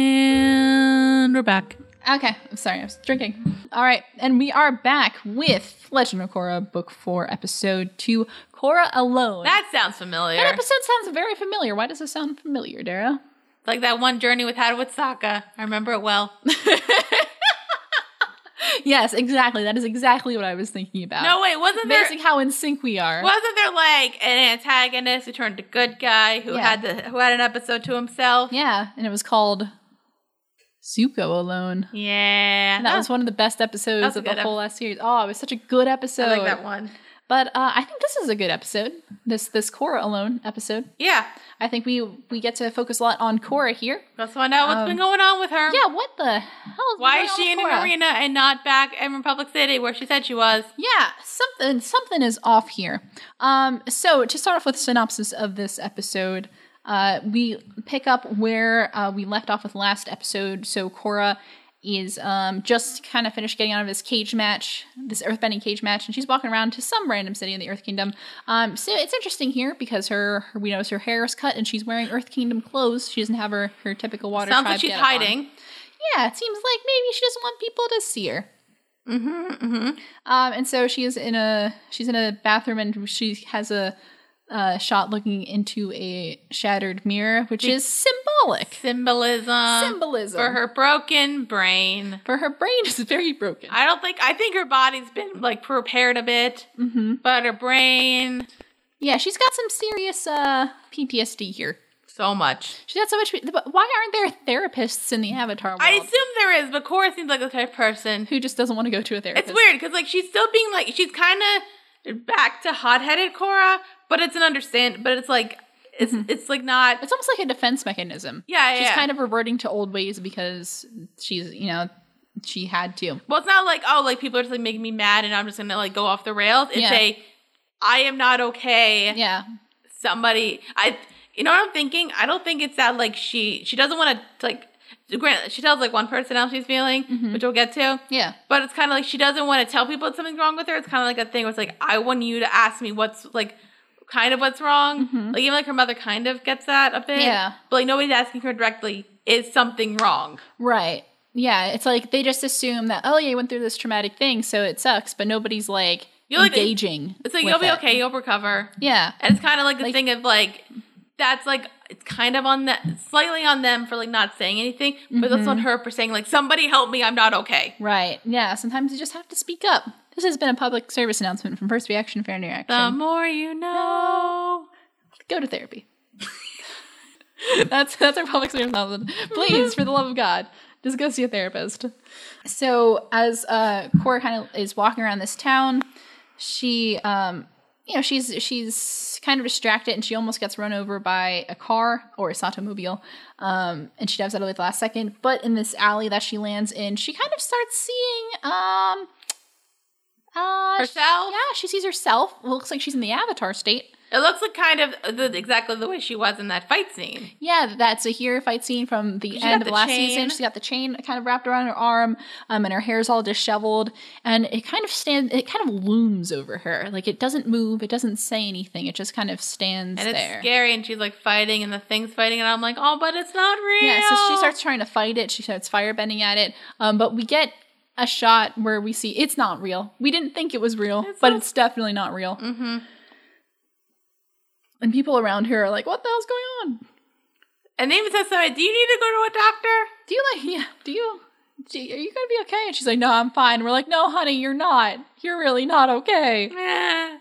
And we're back.
Okay, I'm sorry, I was drinking. All right, and we are back with Legend of Cora, Book Four, Episode Two, Cora Alone.
That sounds familiar.
that episode sounds very familiar. Why does it sound familiar, Dara?
like that one journey with had with Sokka. I remember it well.
Yes, exactly. That is exactly what I was thinking about.
No, wait, wasn't there
amazing how in sync we are.
wasn't there like an antagonist who turned to good guy who
Yeah.
had the who had an episode to himself?
Yeah, and it was called Zuko Alone.
Yeah.
And that was one of the best episodes
was a
of the
good
whole last series. Oh, it was such a good episode.
I like that one.
But uh, I think this is a good episode. This this Korra Alone episode.
Yeah.
I think we we get to focus a lot on Korra here.
Let's find out what's been going on with her.
Yeah, what the hell? Is
Why
going
is
on
she in
with
an
Korra?
arena and not back in Republic City where she said she was?
Yeah, something something is off here. Um, so to start off with synopsis of this episode, uh, we pick up where uh, we left off with last episode. So Cora is um, just kind of finished getting out of this cage match, this earthbending cage match, and she's walking around to some random city in the Earth Kingdom. Um, so it's interesting here because her, her we notice her hair is cut and she's wearing Earth Kingdom clothes. She doesn't have her, her typical water.
Sounds like
tribe
she's
getup on.
hiding.
Yeah, it seems like maybe she doesn't want people to see her.
Mm-hmm, mm-hmm.
Um, and so she is in a she's in a bathroom and she has a, uh shot looking into a shattered mirror, which is symbolic.
Symbolism,
Symbolism
Uh, for her broken brain.
for her brain is very broken.
I don't think I think her body's been like prepared a bit,
mm-hmm.
but her brain
Yeah, she's got some serious uh, PTSD here.
so much.
She's got so much. But why aren't there therapists in the Avatar world
I assume there is, but Cora seems like the type of person
who just doesn't want to go to a therapist?
It's weird because like she's still being like she's kind of back to hot-headed Cora, but it's an understand. But it's like it's
Mm-hmm.
it's like not.
It's almost like a defense mechanism.
Yeah, yeah.
she's
yeah.
kind of reverting to old ways because she's you know she had to.
well, it's not like oh, like people are just like making me mad, and I'm just gonna like go off the rails. It's
Yeah.
a I am not okay.
Yeah,
Somebody, I you know what I'm thinking. I don't think it's that like she she doesn't want to like. Granted, she tells like one person how she's feeling,
Mm-hmm.
which we'll get to.
yeah.
But it's kind of like she doesn't want to tell people that something's wrong with her. It's kind of like a thing where it's like, I want you to ask me what's like kind of what's wrong. Like even like her mother kind of gets that a bit.
Mm-hmm. Yeah.
But like nobody's asking her directly, is something wrong?
Right. Yeah. It's like they just assume that, oh, yeah, you went through this traumatic thing, so it sucks, but nobody's like
You're like-
engaging.
It's like
with
you'll be
it.
okay, you'll recover.
Yeah.
And it's kind of like the
Like-
thing of like that's like it's kind of on that slightly on them for like not saying anything, but that's
Mm-hmm.
on her for saying like somebody help me, I'm not okay.
Right. Yeah. Sometimes you just have to speak up. This has been a public service announcement from First Reaction Fair Near Action.
The more you know.
Go to therapy. that's that's our public service announcement. Please, for the love of God, just go see a therapist. So as uh, Cora kind of is walking around this town, she um, you know she's she's kind of distracted and she almost gets run over by a car or a automobile um, and she dives out of it at the last second but in this alley that she lands in she kind of starts seeing um uh,
Herself?
yeah she sees herself looks like she's in the avatar state
It looks like kind of the, exactly the way she was in that fight scene.
yeah, that's a hero fight scene from the
She's got
end of
the
last
chain.
season. She's got the chain kind of wrapped around her arm, um, and her hair's all disheveled, and it kind of stands. It kind of looms over her, like it doesn't move, it doesn't say anything, it just kind of stands
and it's
there.
scary and she's like fighting and the thing's fighting and i'm like oh but it's not real
Yeah, so she starts trying to fight it. She starts firebending at it, um, but we get a shot where we see it's not real. We didn't think it was real,
It's
but
not-
it's definitely not real.
hmm
And people around her are like, "What the hell's going on?
and then even says somebody do you need to go to a doctor
Do you like? Yeah, do you?" do you- Are you gonna be okay? And she's like, No, I'm fine. We're like, No, honey, you're not. You're really not okay.
Eh.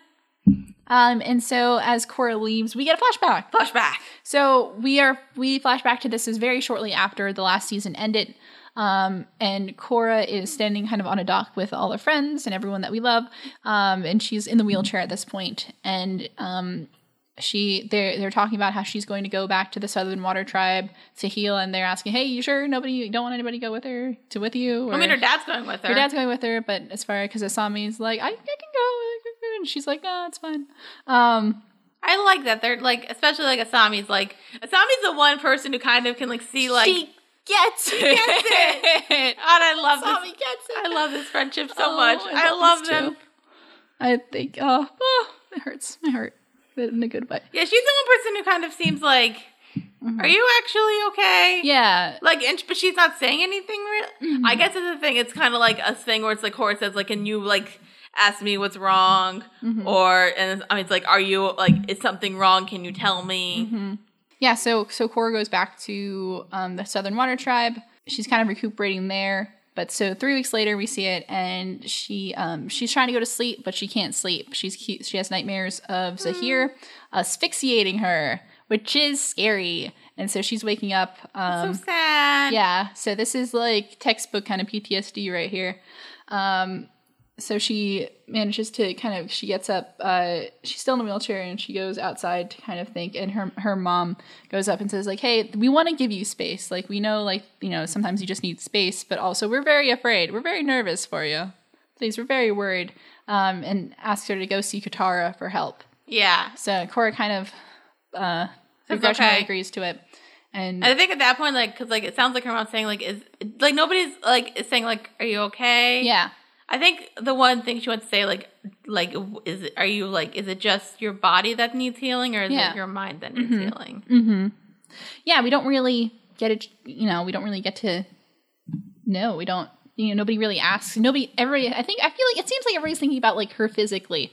Um, and so as Cora leaves, we get a flashback.
flashback
So we are we flash back to this is very shortly after the last season ended. Um, and Cora is standing kind of on a dock with all her friends and everyone that we love. Um, and she's in the wheelchair at this point, and um, she they're they're talking about how she's going to go back to the Southern Water Tribe to heal, and they're asking, "Hey, you sure nobody you don't want anybody to go with her to with you?" Or,
i mean her dad's going with her
her dad's going with her, but as far because Asami's like, I, I can go, and she's like, no, it's fine. Um,
i like that they're like especially like asami's like asami's the one person who kind of can like see like
She gets it.
God, i love
Asami
this
gets it.
i love this friendship so
Oh,
much i love,
this
them
too. I think, oh, oh, it hurts. My heart, but in a good way.
yeah she's the one person who kind of seems like are you actually okay
Mm-hmm. Yeah, Mm-hmm.
Like, and, but she's not saying anything real. I guess it's a thing. It's kind of like a thing where it's like Cora says, like, can you like ask me what's wrong?
Mm-hmm.
Or and it's, I mean, it's like, are you like, is something wrong? Can you tell me?
Mm-hmm. yeah. So, so Cora goes back to um, the Southern Water Tribe. She's kind of recuperating there. But so three weeks later, we see it, and she um, she's trying to go to sleep, but she can't sleep. She's cu- she has nightmares of
Hmm.
Zahir asphyxiating her, which is scary. And so she's waking up. Um,
so sad.
Yeah. So this is like textbook kind of PTSD right here. Um, so she manages to kind of she gets up. Uh, she's still in a wheelchair and she goes outside to kind of think. And her her mom goes up and says like, "Hey, we want to give you space. Like we know like you know sometimes you just need space, but also we're very afraid. We're very nervous for you. Please, we're very worried." Um, and asks her to go see Katara for help.
Yeah.
So Cora kind of uh,
Says
begrudgingly
okay.
agrees to it. and
And I think at that point, like, because like it sounds like her mom's saying like is like nobody's like is saying like are you okay?
yeah,
I think the one thing she wants to say like like is it, are you like is it just your body that needs healing or is
Yeah.
it your mind that needs healing?
hmm yeah. We don't really get it. You know, we don't really get to. No, we don't. You know, nobody really asks. Nobody. Every. I think. I feel like it seems like everybody's thinking about like her physically,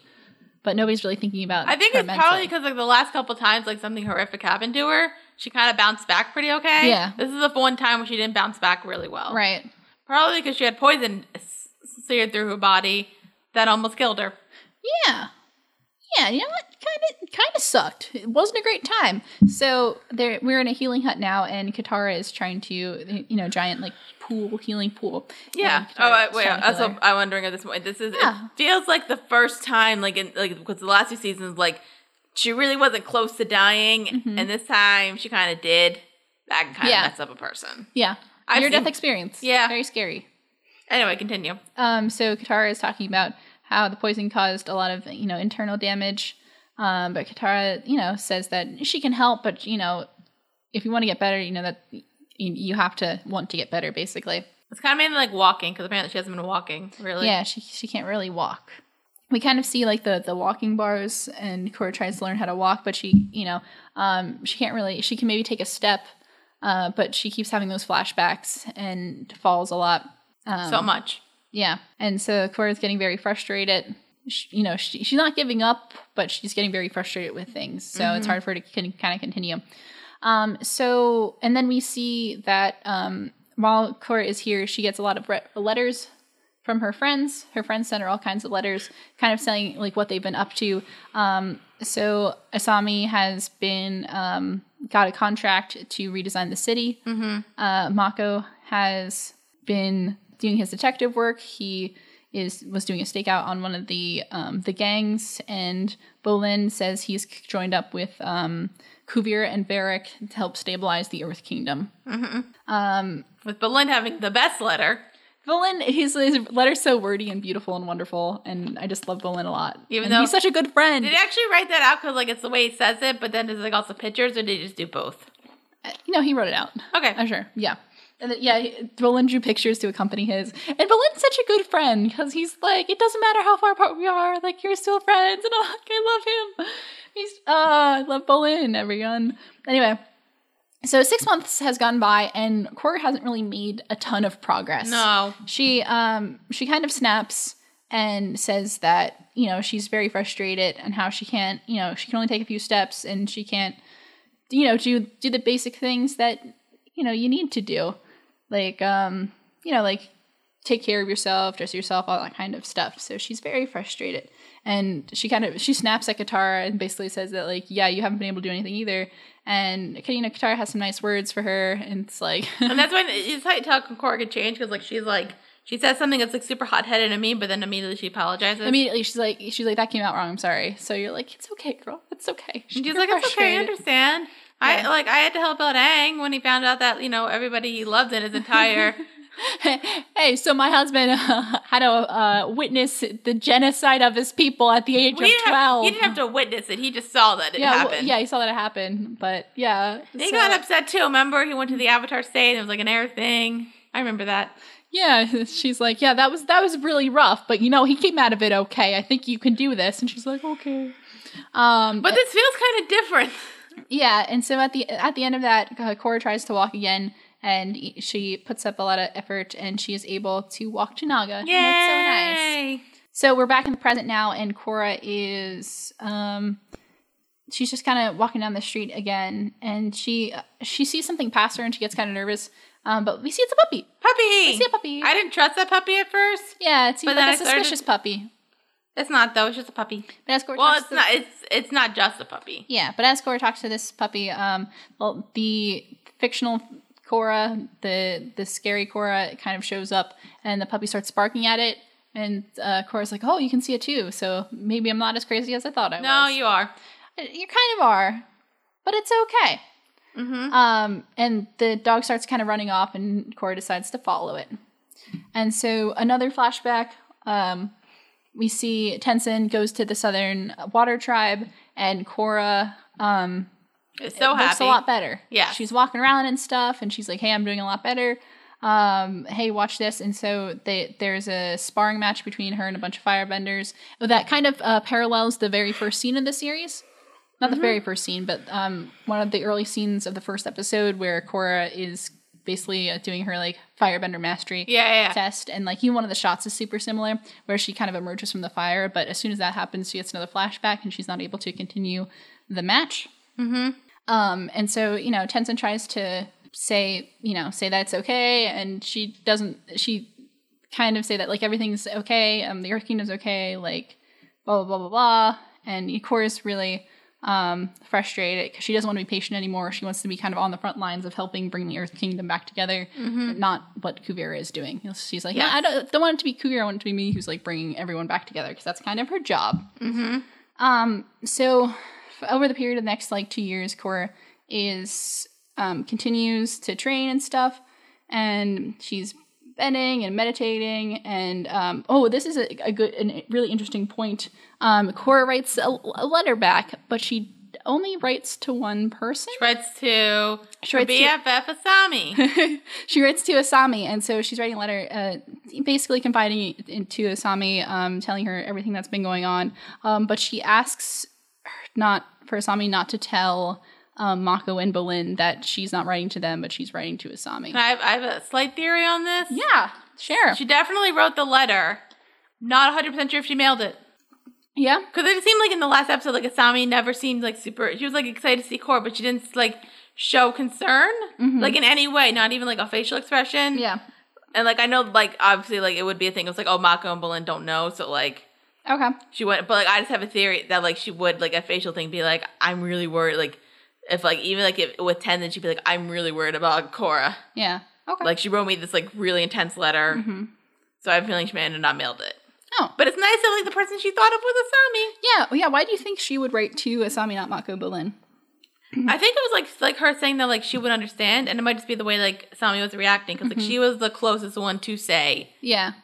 but nobody's really thinking about.
I think
her
it's probably
mentally.
because like the last couple times like something horrific happened to her, she kind of bounced back pretty okay.
Yeah.
this is the one time where she didn't bounce back really well.
right.
Probably because she had poison s- seared through her body that almost killed her.
Yeah. Yeah, you know what? Kind of, kind of sucked. It wasn't a great time. So there, we're in a healing hut now, and Katara is trying to, you know, giant like pool healing pool.
Yeah.
And
Oh,
Katara
I,
is
wait.
trying to heal
Also,
her.
I'm wondering at this point. This is.
Yeah.
It feels like the first time, like in like because the last two seasons, like she really wasn't close to dying, and this time she kind of did. That kind of
Mm-hmm. Yeah.
mess up a person.
yeah,
I've
your death
seen-
experience.
Yeah.
very scary.
Anyway, continue.
Um, so Katara is talking about how the poison caused a lot of you know internal damage, um, but Katara you know says that she can help, but you know if you want to get better, you know that you, you have to want to get better, basically.
It's kind of mainly like walking because apparently she hasn't been walking really.
yeah, she she can't really walk. We kind of see like the the walking bars, and Cora tries to learn how to walk, but she you know um, she can't really. She can maybe take a step, uh, but she keeps having those flashbacks and falls a lot. Um,
so much.
yeah, and so Cora's getting very frustrated. She, you know, she, she's not giving up, but she's getting very frustrated with things. So it's hard for her to can, kind of continue. Um, so, and then we see that um, while Cora is here, she gets a lot of re- letters from her friends. Her friends send her all kinds of letters, kind of saying like what they've been up to. Um, so Asami has been um, got a contract to redesign the city. Uh, Mako has been doing his detective work. He is was doing a stakeout on one of the um, the gangs, and Bolin says he's c- joined up with um, Kuvir and Varric to help stabilize the Earth Kingdom.
Mm-hmm.
Um,
With Belinda having the best letter,
Bolin, his, his letter's so wordy and beautiful and wonderful, and I just love Bolin a lot.
Even
And
though-
he's such a good friend.
did he actually write that out because like it's the way he says it? But then is it, like also pictures, or did he just do both?
no, he wrote it out.
Okay. oh,
I'm sure. Yeah. And then, yeah, he- Bolin drew pictures to accompany his. And Bolin's such a good friend because he's like, it doesn't matter how far apart we are, like, you're still friends. And I'm like, I love him. He's, ah, I love Bolin, everyone. Anyway, so six months has gone by and Cora hasn't really made a ton of progress.
No.
She, um, she kind of snaps and says that, you know, she's very frustrated and how she can't, you know, she can only take a few steps and she can't you know do do the basic things that you know you need to do like um you know like take care of yourself dress yourself all that kind of stuff so she's very frustrated and she kind of she snaps at Katara and basically says that like yeah you haven't been able to do anything either and you know Katara has some nice words for her and it's like
And that's when it's how you tell Concord could change because like she's like she says something that's like super hot headed to me, but then immediately she apologizes.
immediately she's like she's like that came out wrong I'm sorry so you're like it's okay girl it's okay
And she's like, "It's okay, I understand." I
Yeah.
like I had to help out Aang when he found out that you know everybody he loved in his entire.
hey, so my husband uh, had to uh, witness the genocide of his people at the age
Well, he,
of
didn't have,
12.
he didn't have to witness it; he just saw that it
yeah, well,
happened.
yeah, he saw that happen, but yeah.
They
so-
got upset too. Remember, he went to the Avatar state and it was like an air thing. I remember that.
Yeah, she's like, yeah, that was that was really rough, but you know, he came out of it okay. I think you can do this, and she's like, okay. Um,
But this feels kind of different.
Yeah, and so at the at the end of that, uh, Cora tries to walk again, and e- she puts up a lot of effort, and she is able to walk to Naga. and
Yay!
That's so nice. So we're back in the present now, and Cora is um, she's just kind of walking down the street again, and she uh, she sees something pass her, and she gets kind of nervous. Um, but we see it's a puppy.
Puppy.
We see a puppy.
I didn't trust that puppy at first.
yeah, it seems
But then
like
I
a
started-
suspicious puppy.
It's not though. It's just a puppy.
But as Cora
Well,
talks
it's
to-
not. It's it's not just a puppy.
Yeah, but as Cora talks to this puppy, um, well, the fictional Cora, the the scary Cora, kind of shows up, and the puppy starts barking at it, and uh, Cora's like, "Oh, you can see it too." So maybe I'm not as crazy as I thought I was.
No, you are.
you kind of are, but it's okay.
Mm-hmm.
Um, and the dog starts kind of running off, and Cora decides to follow it. And so another flashback. Um, we see Tenzin goes to the Southern Water Tribe, and Cora um,
It's so
it looks
happy.
a lot better.
Yeah.
she's walking around and stuff, and she's like, "Hey, I'm doing a lot better." Um, hey, watch this. And so they, there's a sparring match between her and a bunch of firebenders that kind of uh, parallels the very first scene of the series. Not
Mm-hmm.
the very first scene, but um, one of the early scenes of the first episode where Cora is basically uh, doing her like firebender mastery
Yeah, yeah, yeah.
test and like even one of the shots is super similar where she kind of emerges from the fire but as soon as that happens she gets another flashback and she's not able to continue the match mm-hmm. um and so you know tenzin tries to say you know say that's okay and she doesn't she kind of say that like everything's okay um the earth kingdom's okay like blah blah blah blah blah and Ikora's really um frustrated because she doesn't want to be patient anymore she wants to be kind of on the front lines of helping bring the earth kingdom back together not what kuvira is doing You know, she's like no,
Yes.
i don't, don't want it to be kuvira i want it to be me who's like bringing everyone back together because that's kind of her job um so f- over the period of the next like two years Cora is um continues to train and stuff and she's bending and meditating and um, oh this is a, a good and really interesting point um, cora writes a, a letter back but she only writes to one person
Shreds to
Shreds to-
BFF Asami.
she writes to Asami, and so she's writing a letter, uh, basically confiding in- to Asami, um, telling her everything that's been going on. Um, but she asks her not for Asami not to tell um, Mako and Bolin that she's not writing to them, but she's writing to Asami.
I have, I have a slight theory on this.
Yeah, sure.
She definitely wrote the letter. Not 100% sure if she mailed it.
yeah,
Because it seemed like in the last episode, like Asami never seemed like super. She was like excited to see Cora, but she didn't like show concern, like in any way, not even like a facial expression.
Mm-hmm. yeah.
And like I know, like obviously, like it would be a thing. It was like, oh, Mako and Bolin don't know, so like
Okay.
she went. But like I just have a theory that like she would like a facial thing, be like, I'm really worried. Like if like even like if, with ten, then she'd be like, I'm really worried about Cora.
Yeah. Okay.
Like she wrote me this like really intense letter, so I have a feeling she may have not mailed it.
oh,
But it's nice that like the person she thought of was Asami.
yeah, yeah. Why do you think she would write to Asami, not Mako Bolin?
I think it was like like her saying that like she would understand, and it might just be the way like Sami was reacting because like she was the closest one to say,
Yeah.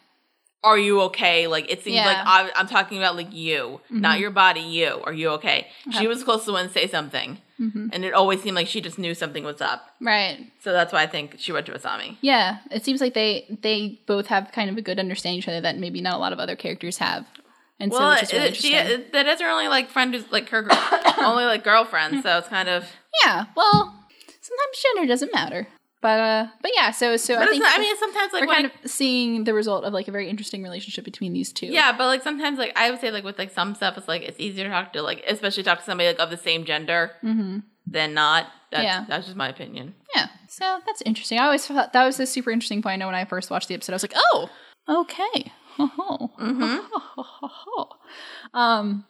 "Are you okay?" Like it seems
Yeah. Mm-hmm.
like I, I'm talking about like you, not your body. You, are you okay? She was the closest one to say something,
Mm-hmm.
and it always seemed like she just knew something was up.
Right.
So that's why I think she went to Asami.
Yeah, it seems like they they both have kind of a good understanding of each other that maybe not a lot of other characters have, and
Well,
so which is really
it- she
interesting.
it, that is her only like friend who's like her only like girlfriend, so it's kind of.
yeah, well, sometimes gender doesn't matter, but uh, but yeah, so so I
But it's
think
not, I mean, sometimes like
we're
when
kind of seeing the result of like a very interesting relationship between these two.
Yeah, but like sometimes, like I would say, like with like some stuff, it's like it's easier to talk to, like especially talk to somebody like of the same gender than not. That's,
Mm-hmm. Yeah.
that's just my opinion.
yeah. So that's interesting. I always thought that was a super interesting point. I know when I first watched the episode, I was like, oh, okay, oh, um,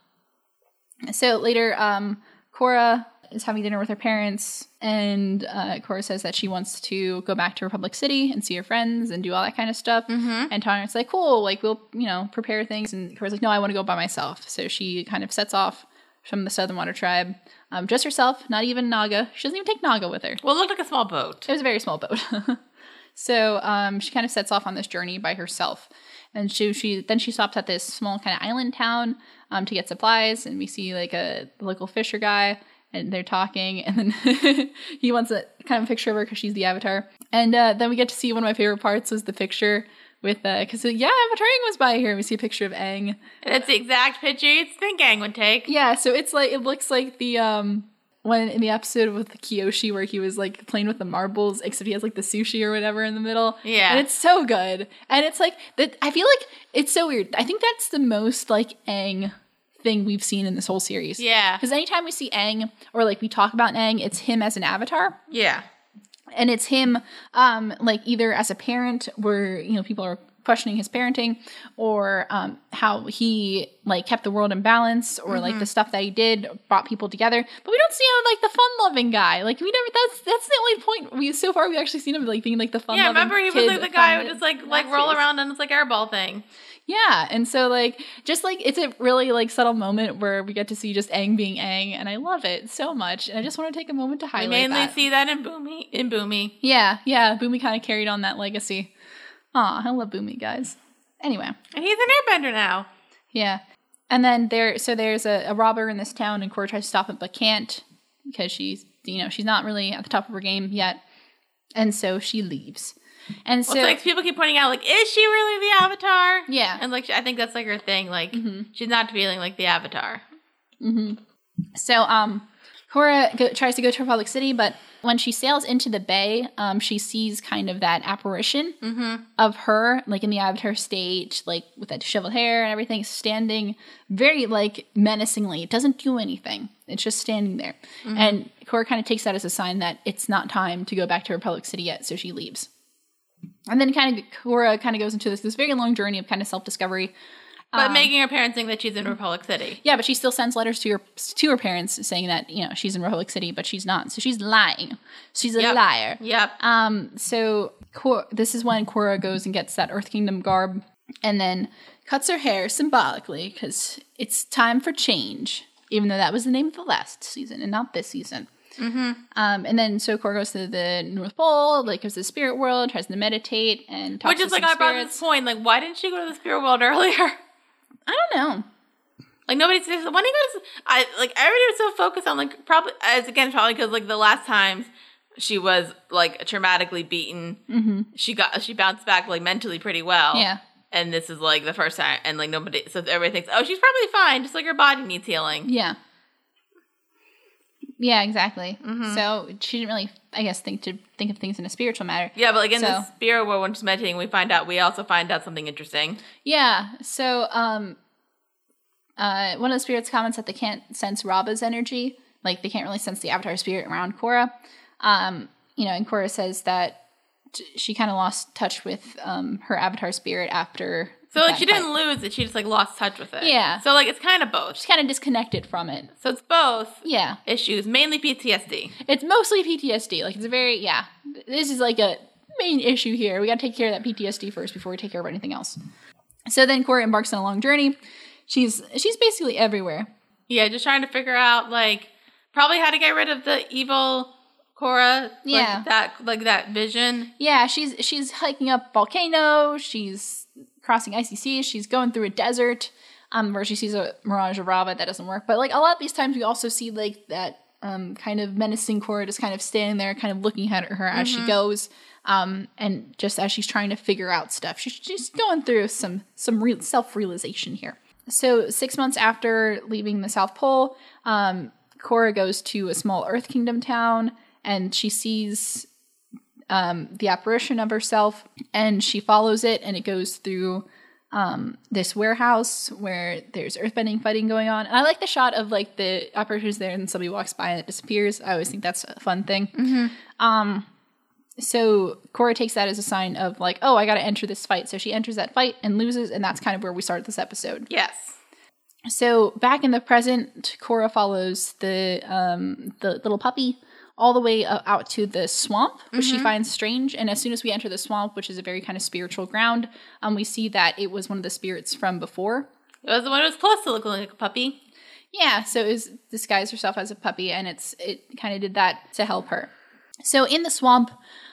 so later, um, Cora is having dinner with her parents, and uh, Cora says that she wants to go back to Republic City and see her friends and do all that kind of stuff. And Tanya's like, "Cool, like we'll, you know, prepare things." And Cora's like, "No, I want to go by myself." So she kind of sets off from the Southern Water Tribe, um, just herself, not even Naga. She doesn't even take Naga with her.
Well, it looked like a small boat.
It was a very small boat. so um, she kind of sets off on this journey by herself, and she she then she stops at this small kind of island town um, to get supplies, and we see like a local fisher guy. And they're talking, and then he wants a kind of picture of her because she's the avatar. And uh, then we get to see one of my favorite parts was the picture with because yeah, avataring was by here. And we see a picture of Aang.
And it's the exact picture you'd think Aang would take.
Yeah, so it's like it looks like the um one in the episode with Kiyoshi where he was like playing with the marbles, except he has like the sushi or whatever in the middle.
Yeah.
And it's so good. And it's like that I feel like it's so weird. I think that's the most like Aang thing we've seen in this whole series.
Yeah.
Because anytime we see Aang or like we talk about Aang, it's him as an avatar
Yeah.
and it's him um like either as a parent where you know people are questioning his parenting or um how he like kept the world in balance or like
Mm-hmm.
the stuff that he did brought people together but we don't see him like the fun loving guy like we never that's that's the only point we so far we've actually seen him like being like the fun
Yeah,
loving
remember he was like the guy who just like like roll
around.
around on his like airball thing.
Yeah, and so like just like it's a really like subtle moment where we get to see just Aang being Aang, and I love it so much. And I just want to take a moment to
We
highlight
mainly
that.
see that in Boomy. In Boomy,
Yeah, yeah. Boomy kind of carried on that legacy. Aw, I love Boomy guys. Anyway,
and he's an airbender now.
yeah. And then there, so there's a, a robber in this town, and Cora tries to stop him but can't because she's you know she's not really at the top of her game yet, and so she leaves. And
Well,
so
it's like people keep pointing out, like, is she really the Avatar?
Yeah.
and like I think that's like her thing. Like
Mhm.
she's not feeling like the Avatar.
hmm So, um, Cora go- tries to go to Republic City, but when she sails into the bay, um, she sees kind of that apparition
Mm-hmm.
of her, like in the Avatar state, like with that disheveled hair and everything, standing very like menacingly. It doesn't do anything; it's just standing there. And Cora kind of takes that as a sign that it's not time to go back to Republic City yet, so she leaves. And then kind of Cora kind of goes into this this very long journey of kind of self discovery.
But
Um,
making her parents think that she's in Republic City.
Yeah, but she still sends letters to her to her parents saying that you know she's in Republic City, but she's not. So she's lying. She's a
Yep.
liar.
Yep.
Um. So Cor- this is when Cora goes and gets that Earth Kingdom garb, and then cuts her hair symbolically because it's time for change. Even though that was the name of the last season and not this season. Mm-hmm. Um, and then so Cora goes to the North Pole, like goes to the spirit world, tries to meditate and talks
Which is
to
like
some
I brought
spirits.
this point. Like, why didn't she go to the spirit world earlier?
I don't know.
Like nobody says when he goes. I like everybody was so focused on like probably as again probably because like the last times she was like traumatically beaten, mm-hmm. she got she bounced back like mentally pretty well.
Yeah.
And this is like the first time, and like nobody, so everybody thinks, oh, she's probably fine. Just like her body needs healing.
Yeah. Yeah, exactly.
Mm-hmm.
So she didn't really, I guess, think to think of things in a spiritual matter.
Yeah, but like in the
So-
spirit world, when she's meditating, we find out we also find out something interesting.
Yeah. So, um, uh, one of the spirits comments that they can't sense Raba's energy, like they can't really sense the Avatar spirit around Korra. Um, you know, and Korra says that t- she kind of lost touch with um her Avatar spirit after.
So like
that
she
fight.
didn't lose it; she just like lost touch with it.
Yeah.
So like it's kind of both.
She's kind of disconnected from it.
So it's both
Yeah.
issues, mainly PTSD.
It's mostly PTSD. Like it's a very yeah. This is like a main issue here. We got to take care of that PTSD first before we take care of anything else. So then Cora embarks on a long journey. She's she's basically everywhere.
Yeah, just trying to figure out like probably how to get rid of the evil Cora.
Yeah.
like, that like that vision.
Yeah, she's she's hiking up volcanoes. She's crossing icy seas. She's going through a desert, um, where she sees a mirage of Rava that doesn't work. But like a lot of these times, we also see like that um kind of menacing Cora just kind of standing there, kind of looking at her as she goes, um, and just as she's trying to figure out stuff. She's she's going through some some real self realization here. So six months after leaving the South Pole, um, Cora goes to a small Earth Kingdom town. And she sees the apparition of herself and she follows it and it goes through um, this warehouse where there's earthbending fighting going on. And I like the shot of like the apparition's there and somebody walks by and it disappears. I always think that's a fun thing. Um, so Cora takes that as a sign of like, oh, I got to enter this fight. So she enters that fight and loses. And that's kind of where we start this episode.
Yes.
So back in the present, Cora follows the um, the little puppy all the way uh, out to the swamp, which she finds strange. And as soon as we enter the swamp, which is a very kind of spiritual ground, um, we see that it was one of the spirits from before.
It was the one who was close to looking like a puppy.
Yeah, so it was disguised herself as a puppy, and it's it kind of did that to help her. So in the swamp,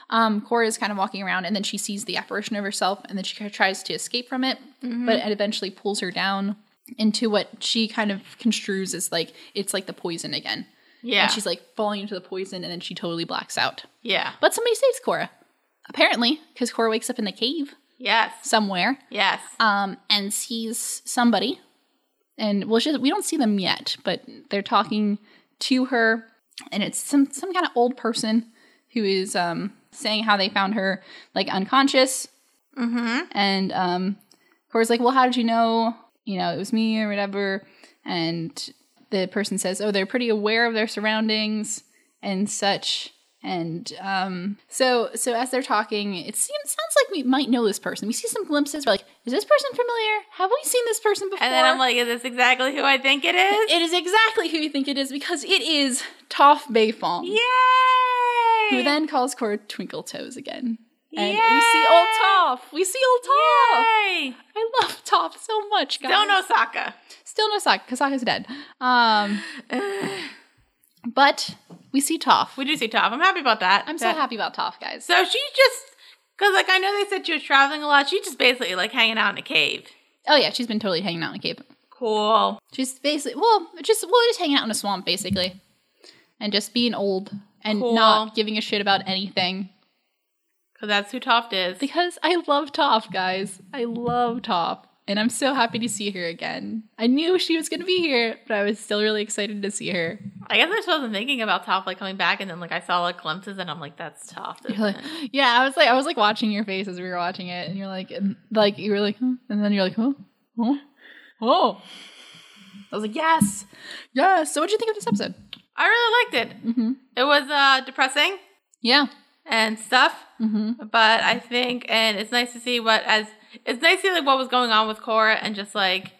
um, Cora is kind of walking around, and then she sees the apparition of herself, and then she kinda tries to escape from it, but it eventually pulls her down into what she kind of construes as like it's like the poison again,
Yeah.
and she's like falling into the poison, and then she totally blacks out.
yeah.
But somebody saves Cora, apparently, because Cora wakes up in the cave
Yes.
somewhere,
Yes.
um, and sees somebody, and well, she, we don't see them yet, but they're talking to her, and it's some some kind of old person who is um, saying how they found her like unconscious, mm-hmm. and um, Cora's like, "Well, how did you know? You know, it was me or whatever." And the person says, "Oh, they're pretty aware of their surroundings and such." And um, so, so as they're talking, it seems sounds like we might know this person. We see some glimpses. We're like, "Is this person familiar? Have we seen this person before?"
and then I'm like, is this exactly who I think it is?
It is exactly who you think it is because it is Toph Bayfong,
Yay!
who then calls Cora Twinkle Toes again. And we
Yay!
see old Toph. We see old Toph.
Yay!
I love Toph so much, guys.
Don't Osaka.
Still no Sokka, because Sokka's dead. Um, but we see Toph.
We do see Toph. I'm happy about that.
I'm so
That-
happy about Toph, guys.
So she just, because like I know they said she was traveling a lot. She just basically like hanging out in a cave.
Oh yeah, she's been totally hanging out in a cave.
Cool.
She's basically well, just well, just hanging out in a swamp, basically. and just being old and
Cool.
not giving a shit about anything.
Because that's who Toft is.
Because I love Toph, guys. I love Toph. And I'm so happy to see her again. I knew she was going to be here, but I was still really excited to see her.
I guess I just wasn't thinking about Toph like coming back, and then like I saw like glimpses, and I'm like, that's Toph.
You're like, yeah, I was like, I was like watching your face as we were watching it, and you're like, and, like you were like, huh? and then you're like, oh, oh, oh. I was like, yes, yes. So, what would you think of this episode?
I really liked it.
Mm-hmm.
It was uh, depressing
Yeah.
and stuff,
Mm-hmm.
but I think, and it's nice to see what as it's nice to see like what was going on with Cora and just like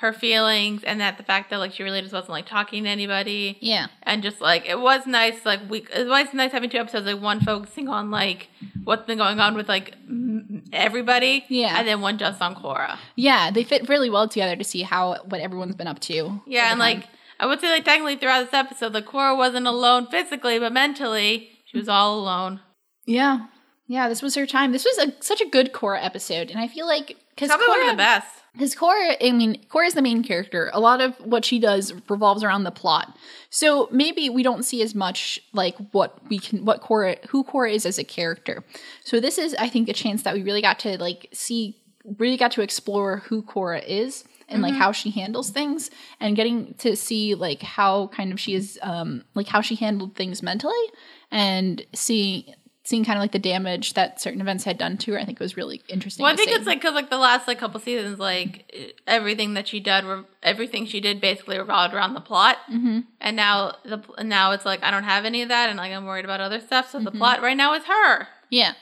her feelings, and that the fact that like she really just wasn't like talking to anybody.
Yeah.
and just like it was nice like we it was nice having two episodes like one focusing on like what's been going on with like m- everybody
Yeah.
and then one just on cora
Yeah. They fit really well together to see how what everyone's been up to.
yeah and like i would say like technically throughout this episode like cora wasn't alone physically but mentally she was all alone
Yeah. Yeah. This was her time. This was a, such a good Cora episode, and I feel like because
probably one of the best
Because Cora, I mean, Cora is the main character. A lot of what she does revolves around the plot. So maybe we don't see as much like what we can, what Cora, who Cora is as a character. So this is, I think, a chance that we really got to like see, really got to explore who Cora is and
Mm-hmm.
like how she handles things, and getting to see like how kind of she is, um, like how she handled things mentally, and seeing seeing kind of like the damage that certain events had done to her. I think was really interesting.
well i
to
think
see.
it's like because like the last like couple seasons like everything that she did re- everything she did basically revolved around the plot
Mhm.
and now the pl- and now it's like i don't have any of that and like i'm worried about other stuff so the plot right now is her
yeah.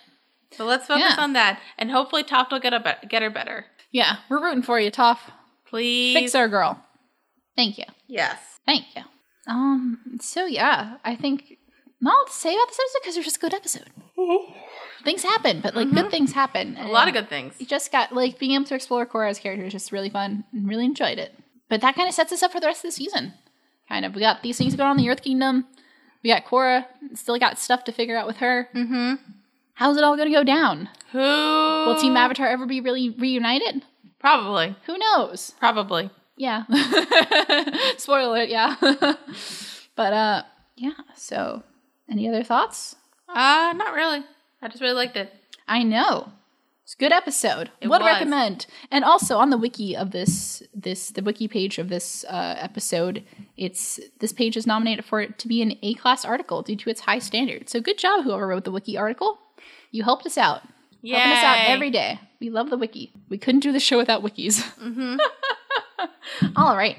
So let's focus
Mm-hmm. Yeah.
on that, and hopefully Toft will get a be- get her better.
Yeah, we're rooting for you, Toph.
Please,
Fix our girl. Thank you.
Yes,
Thank you. Um, so yeah, I think not all to say about this episode because it was just a good episode. Things happen, but like good things happen.
a lot of good things.
You just got like being able to explore Cora's character is just really fun and really enjoyed it. But that kind of sets us up for the rest of the season. Kind of, we got these things going on in the Earth Kingdom. We got Cora. Still got stuff to figure out with her.
Mm-hmm.
How's it all going to go down?
Who
Will Team Avatar ever be really reunited?
Probably,
Who knows?
probably.
Yeah. Spoiler alert, yeah. but uh yeah, so any other thoughts?
Uh, not really. I just really liked it.
I know. It's a good episode.
It
Would
was.
recommend. And also on the wiki of this this the wiki page of this uh, episode, it's this page is nominated for it to be an A class article due to its high standards. So good job whoever wrote the wiki article. You helped us out. Helping us out
Yay.
every day. We love the wiki. We couldn't do the show without wikis.
Mm-hmm.
All right.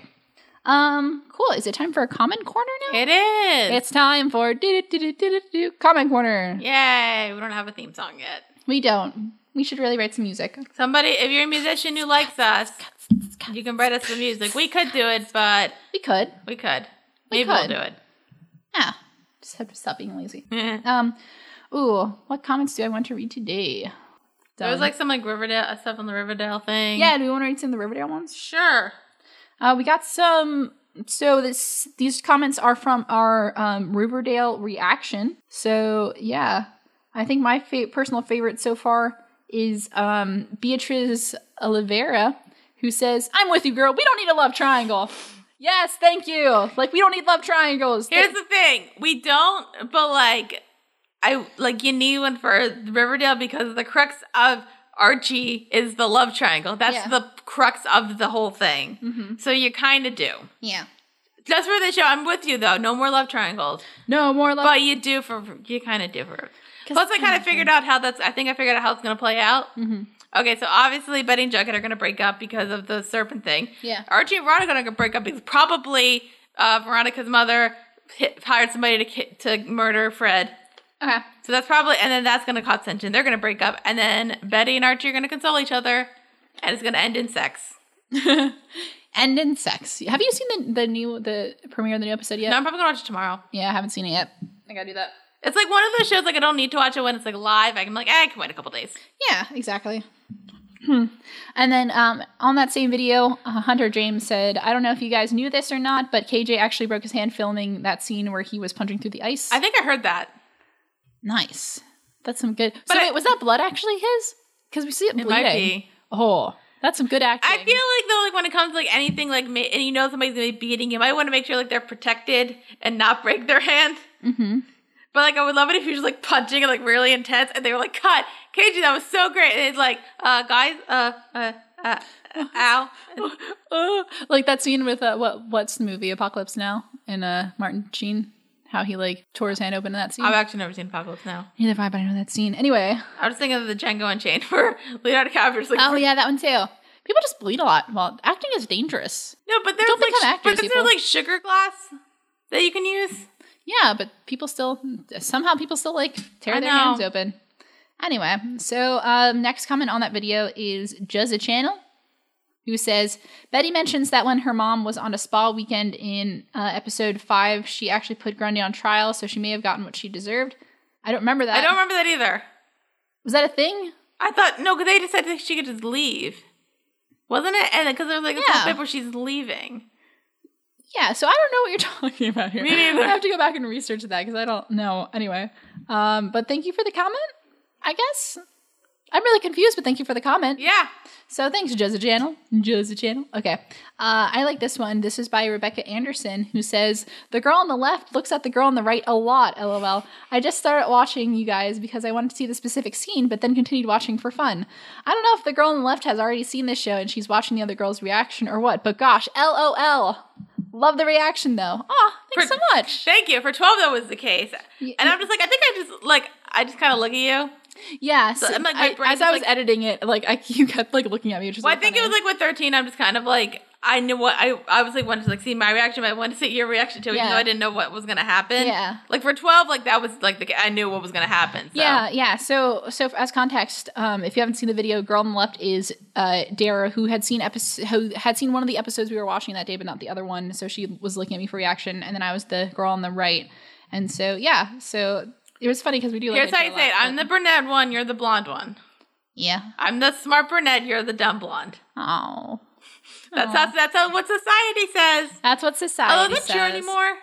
Um, cool. Is it time for a comment corner now?
It is.
It's time for do do do do do do comment corner.
Yay! We don't have a theme song yet.
We don't. We should really write some music.
Somebody, if you're a musician who likes us, you can write us the music. We could do it, but
We could.
we could.
We
Maybe
could.
we'll do it.
Yeah. Just have to stop being lazy.
Eh.
Um, ooh, what comments do I want to read today?
There was like some like Riverdale uh, stuff on the Riverdale thing.
yeah. Do we want to read some of the Riverdale ones?
sure.
Uh, we got some. So this these comments are from our um, Riverdale reaction. So yeah, I think my fa- personal favorite so far is um, Beatriz Oliveira, who says, "I'm with you, girl. We don't need a love triangle." yes, thank you. Like we don't need love triangles.
Here's the thing. We don't, but like, I like you need one for Riverdale because the crux of Archie is the love triangle. That's
Yeah.
the crux of the whole thing.
Mhm.
So you kind of do.
yeah.
That's for the show. I'm with you though. No more love triangles,
No more love.
but you do for you kind of do for.
'Cause
Plus, I
it's
kind of figured out how that's. I think I figured out how it's gonna play out.
Mhm.
Okay, so obviously, Betty and Jughead are gonna break up because of the serpent thing.
Yeah.
Archie and Veronica are going to break up because probably uh, Veronica's mother hit, hired somebody to ki- to murder Fred.
Okay.
So that's probably, and then that's going to cause tension. They're going to break up, and then Betty and Archie are going to console each other, and it's going to end in sex.
And in sex. Have you seen the the new the premiere of the new episode yet?
No, I'm probably going to watch it tomorrow.
Yeah, I haven't seen it yet. I gotta do that.
It's like one of those shows like I don't need to watch it when it's like live. I can like eh, I can wait a couple days.
Yeah, exactly. Hmm. and then um, on that same video, uh, Hunter James said, I don't know if you guys knew this or not, but KJ actually broke his hand filming that scene where he was punching through the ice.
I think I heard that.
nice. That's some good.
But
so,
I-
wait, was that blood actually his? Because we see it
It
bleeding.
might be.
Oh. That's some good acting.
I feel like though, like when it comes to like anything, like ma- and you know somebody's gonna be beating him, I want to make sure like they're protected and not break their hand.
mm-hmm.
But like, I would love it if you're just like punching and like really intense, and they were like, "Cut, KG, that was so great." And it's like, "Uh, guys, uh, uh, uh, uh ow."
Uh, like that scene with uh, what what's the movie Apocalypse Now and uh, Martin Sheen, how he like tore his hand open in that scene.
I've actually never seen Apocalypse Now.
Neither have I, but I know that scene. Anyway,
I was thinking of the Django Unchained where Leonardo DiCaprio's like,
oh yeah, that one too. People just bleed a lot. Well, acting is dangerous.
"No, but there's
Don't
like,
become
sh-
actors,
but is
people.
there like sugar glass that you can use?"
Yeah, but people still somehow people still like tear
I
their
know.
hands open. Anyway, so um, next comment on that video is Juzza Channel, who says Betty mentions that when her mom was on a spa weekend in uh, episode five, she actually put Grundy on trial, so she may have gotten what she deserved. I don't remember that.
I don't remember that either.
Was that a thing?
I thought no, because they just said that she could just leave, wasn't it? And because there was like a
Yeah.
whole bit where she's leaving.
Yeah, so I don't know what you're talking about here.
Me neither.
I have to go back and research that because I don't know. Anyway, um, but thank you for the comment. I guess I'm really confused, but thank you for the comment.
Yeah,
So thanks, Jezza Channel. Jezza Channel. Okay. Uh, I like this one. This is by Rebecca Anderson, who says, The girl on the left looks at the girl on the right a lot, lol. I just started watching you guys because I wanted to see the specific scene, but then continued watching for fun. I don't know if the girl on the left has already seen this show and she's watching the other girl's reaction or what, but gosh, lol. Love the reaction though. Aw, thanks so
For-
much.
thank you. For twelve, that was the case,
Y-
and I'm just like, I think I just like, I just kind of look at you.
Yeah, so,
I'm like, my
I,
brain
as
is
I was
like-
editing it, like I, you kept like looking at me, which is
Well, I
really
think it
funny.
was like with 13, I'm just kind of like, I knew what I obviously wanted to like see my reaction, but I wanted to see your reaction to it, even
Yeah.
though I didn't know what was gonna happen.
Yeah.
Like for 12, like that was like the I knew what was gonna happen. So.
Yeah, yeah. So, so f- as context, um, if you haven't seen the video, girl on the left is uh, Dara, who had seen episode, who had seen one of the episodes we were watching that day, but not the other one. So she was looking at me for reaction, and then I was the girl on the right. And so, yeah. So it was funny because we do. Like
Here's
each
how you
other a
say it.
lot,
I'm
but-
the brunette one, you're the blonde one.
yeah.
I'm the smart brunette, you're the dumb blonde.
Oh,
That's how that's how what society says.
that's what society.
Although that's
says.
true anymore.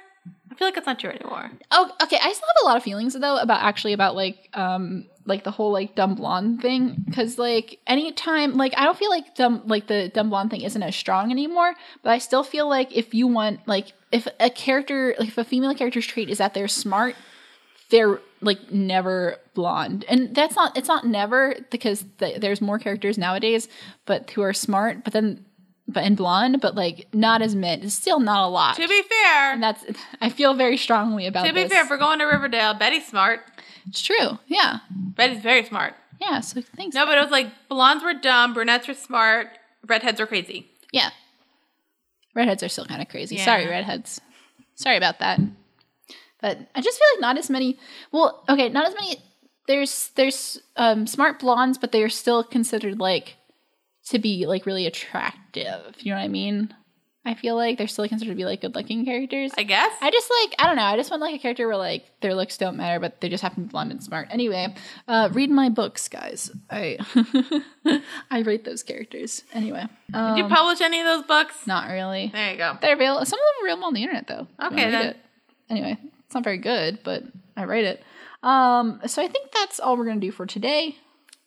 I feel like it's not true anymore.
Oh, okay. I still have a lot of feelings though about actually about like um like the whole like dumb blonde thing because like anytime like I don't feel like dumb like the dumb blonde thing isn't as strong anymore, but I still feel like if you want like if a character like if a female character's trait is that they're smart, they're like never blonde, and that's not it's not never because th- there's more characters nowadays, but who are smart, but then but and blonde, but like not as many. It's still not a lot.
To be fair,
and that's I feel very strongly about
to be
this.
fair, if we're going to Riverdale, Betty's smart.
It's true. Yeah.
Betty's very smart.
Yeah. So thanks.
No, but it was like blondes were dumb, brunettes were smart, redheads were crazy.
Yeah. Redheads are still kind of crazy.
Yeah.
Sorry, redheads. Sorry about that. But I just feel like not as many. Well, okay, not as many. There's there's um, smart blondes, but they're still considered like to be like really attractive. You know what I mean? I feel like they're still considered to be like good looking characters.
I guess.
I just like I don't know. I just want like a character where like their looks don't matter, but they just happen to be blonde and smart. Anyway, uh, read my books, guys. I I rate those characters. Anyway, um,
Did you publish any of those books?
not really.
There you go.
They're available. Some of them are available on the internet though. if you wanna
Okay,
read
then.
it. Anyway, it's not very good, but I rate it. Um, so I think that's all we're gonna do for today.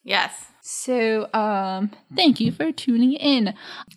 Yes.
So, um, thank you for tuning in.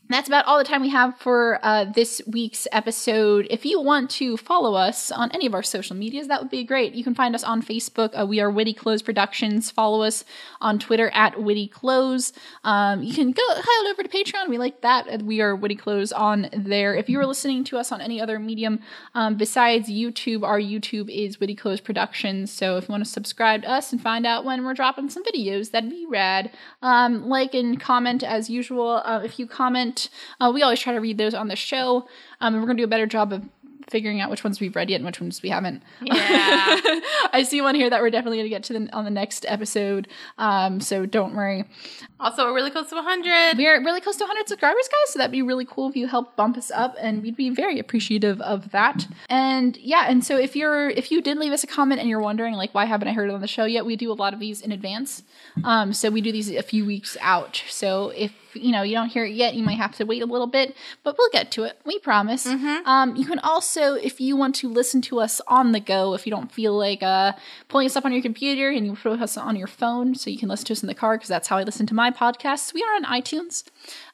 That's about all the time we have for uh, this week's episode. If you want to follow us on any of our social medias, that would be great. You can find us on Facebook. Uh, we are Witty Clothes Productions. Follow us on Twitter at Witty Clothes. Um, you can go head over to Patreon. We like that. Uh, We are Witty Clothes on there. If you were listening to us on any other medium um, besides YouTube, our YouTube is Witty Clothes Productions. So if you want to subscribe to us and find out when we're dropping some videos, that'd be rad. Um, like and comment as usual. Uh, if you comment, uh, we always try to read those on the show. Um, and we're going to do a better job of figuring out which ones we've read yet and which ones we haven't.
Yeah.
I see one here that we're definitely going to get to the, on the next episode. Um, so don't worry.
also, we're really close to 100.
We're really close to 100 subscribers, guys, so that'd be really cool if you help bump us up, and we'd be very appreciative of that. And yeah, and so if you're if you did leave us a comment and you're wondering like why haven't I heard it on the show yet, we do a lot of these in advance, um, so we do these a few weeks out. So if you know you don't hear it yet, you might have to wait a little bit, but we'll get to it. We promise. Um, you can also, if you want to listen to us on the go, if you don't feel like uh, pulling us up on your computer and you put us on your phone, so you can listen to us in the car because that's how I listen to my podcasts. We are on iTunes,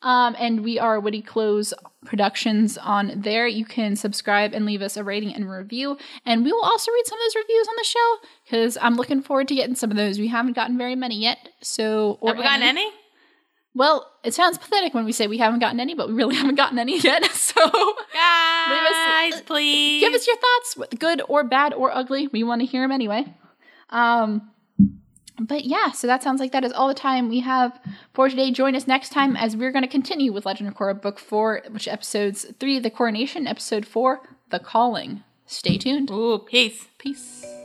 um, and we are Witty Close Productions on there. You can subscribe and leave us a rating and review, and we will also read some of those reviews on the show because I'm looking forward to getting some of those. We haven't gotten very many yet, so or
Have we gotten any?
well, it sounds pathetic when we say we haven't gotten any, but we really haven't gotten any yet. So
Guys, please.
give us your thoughts, wh- good or bad or ugly. We want to hear them anyway. Um, but yeah, so that sounds like that is all the time we have for today. Join us next time as we're going to continue with Legend of Korra Book 4, which episodes 3, The Coronation, Episode 4, The Calling. Stay tuned.
Ooh, peace.
Peace.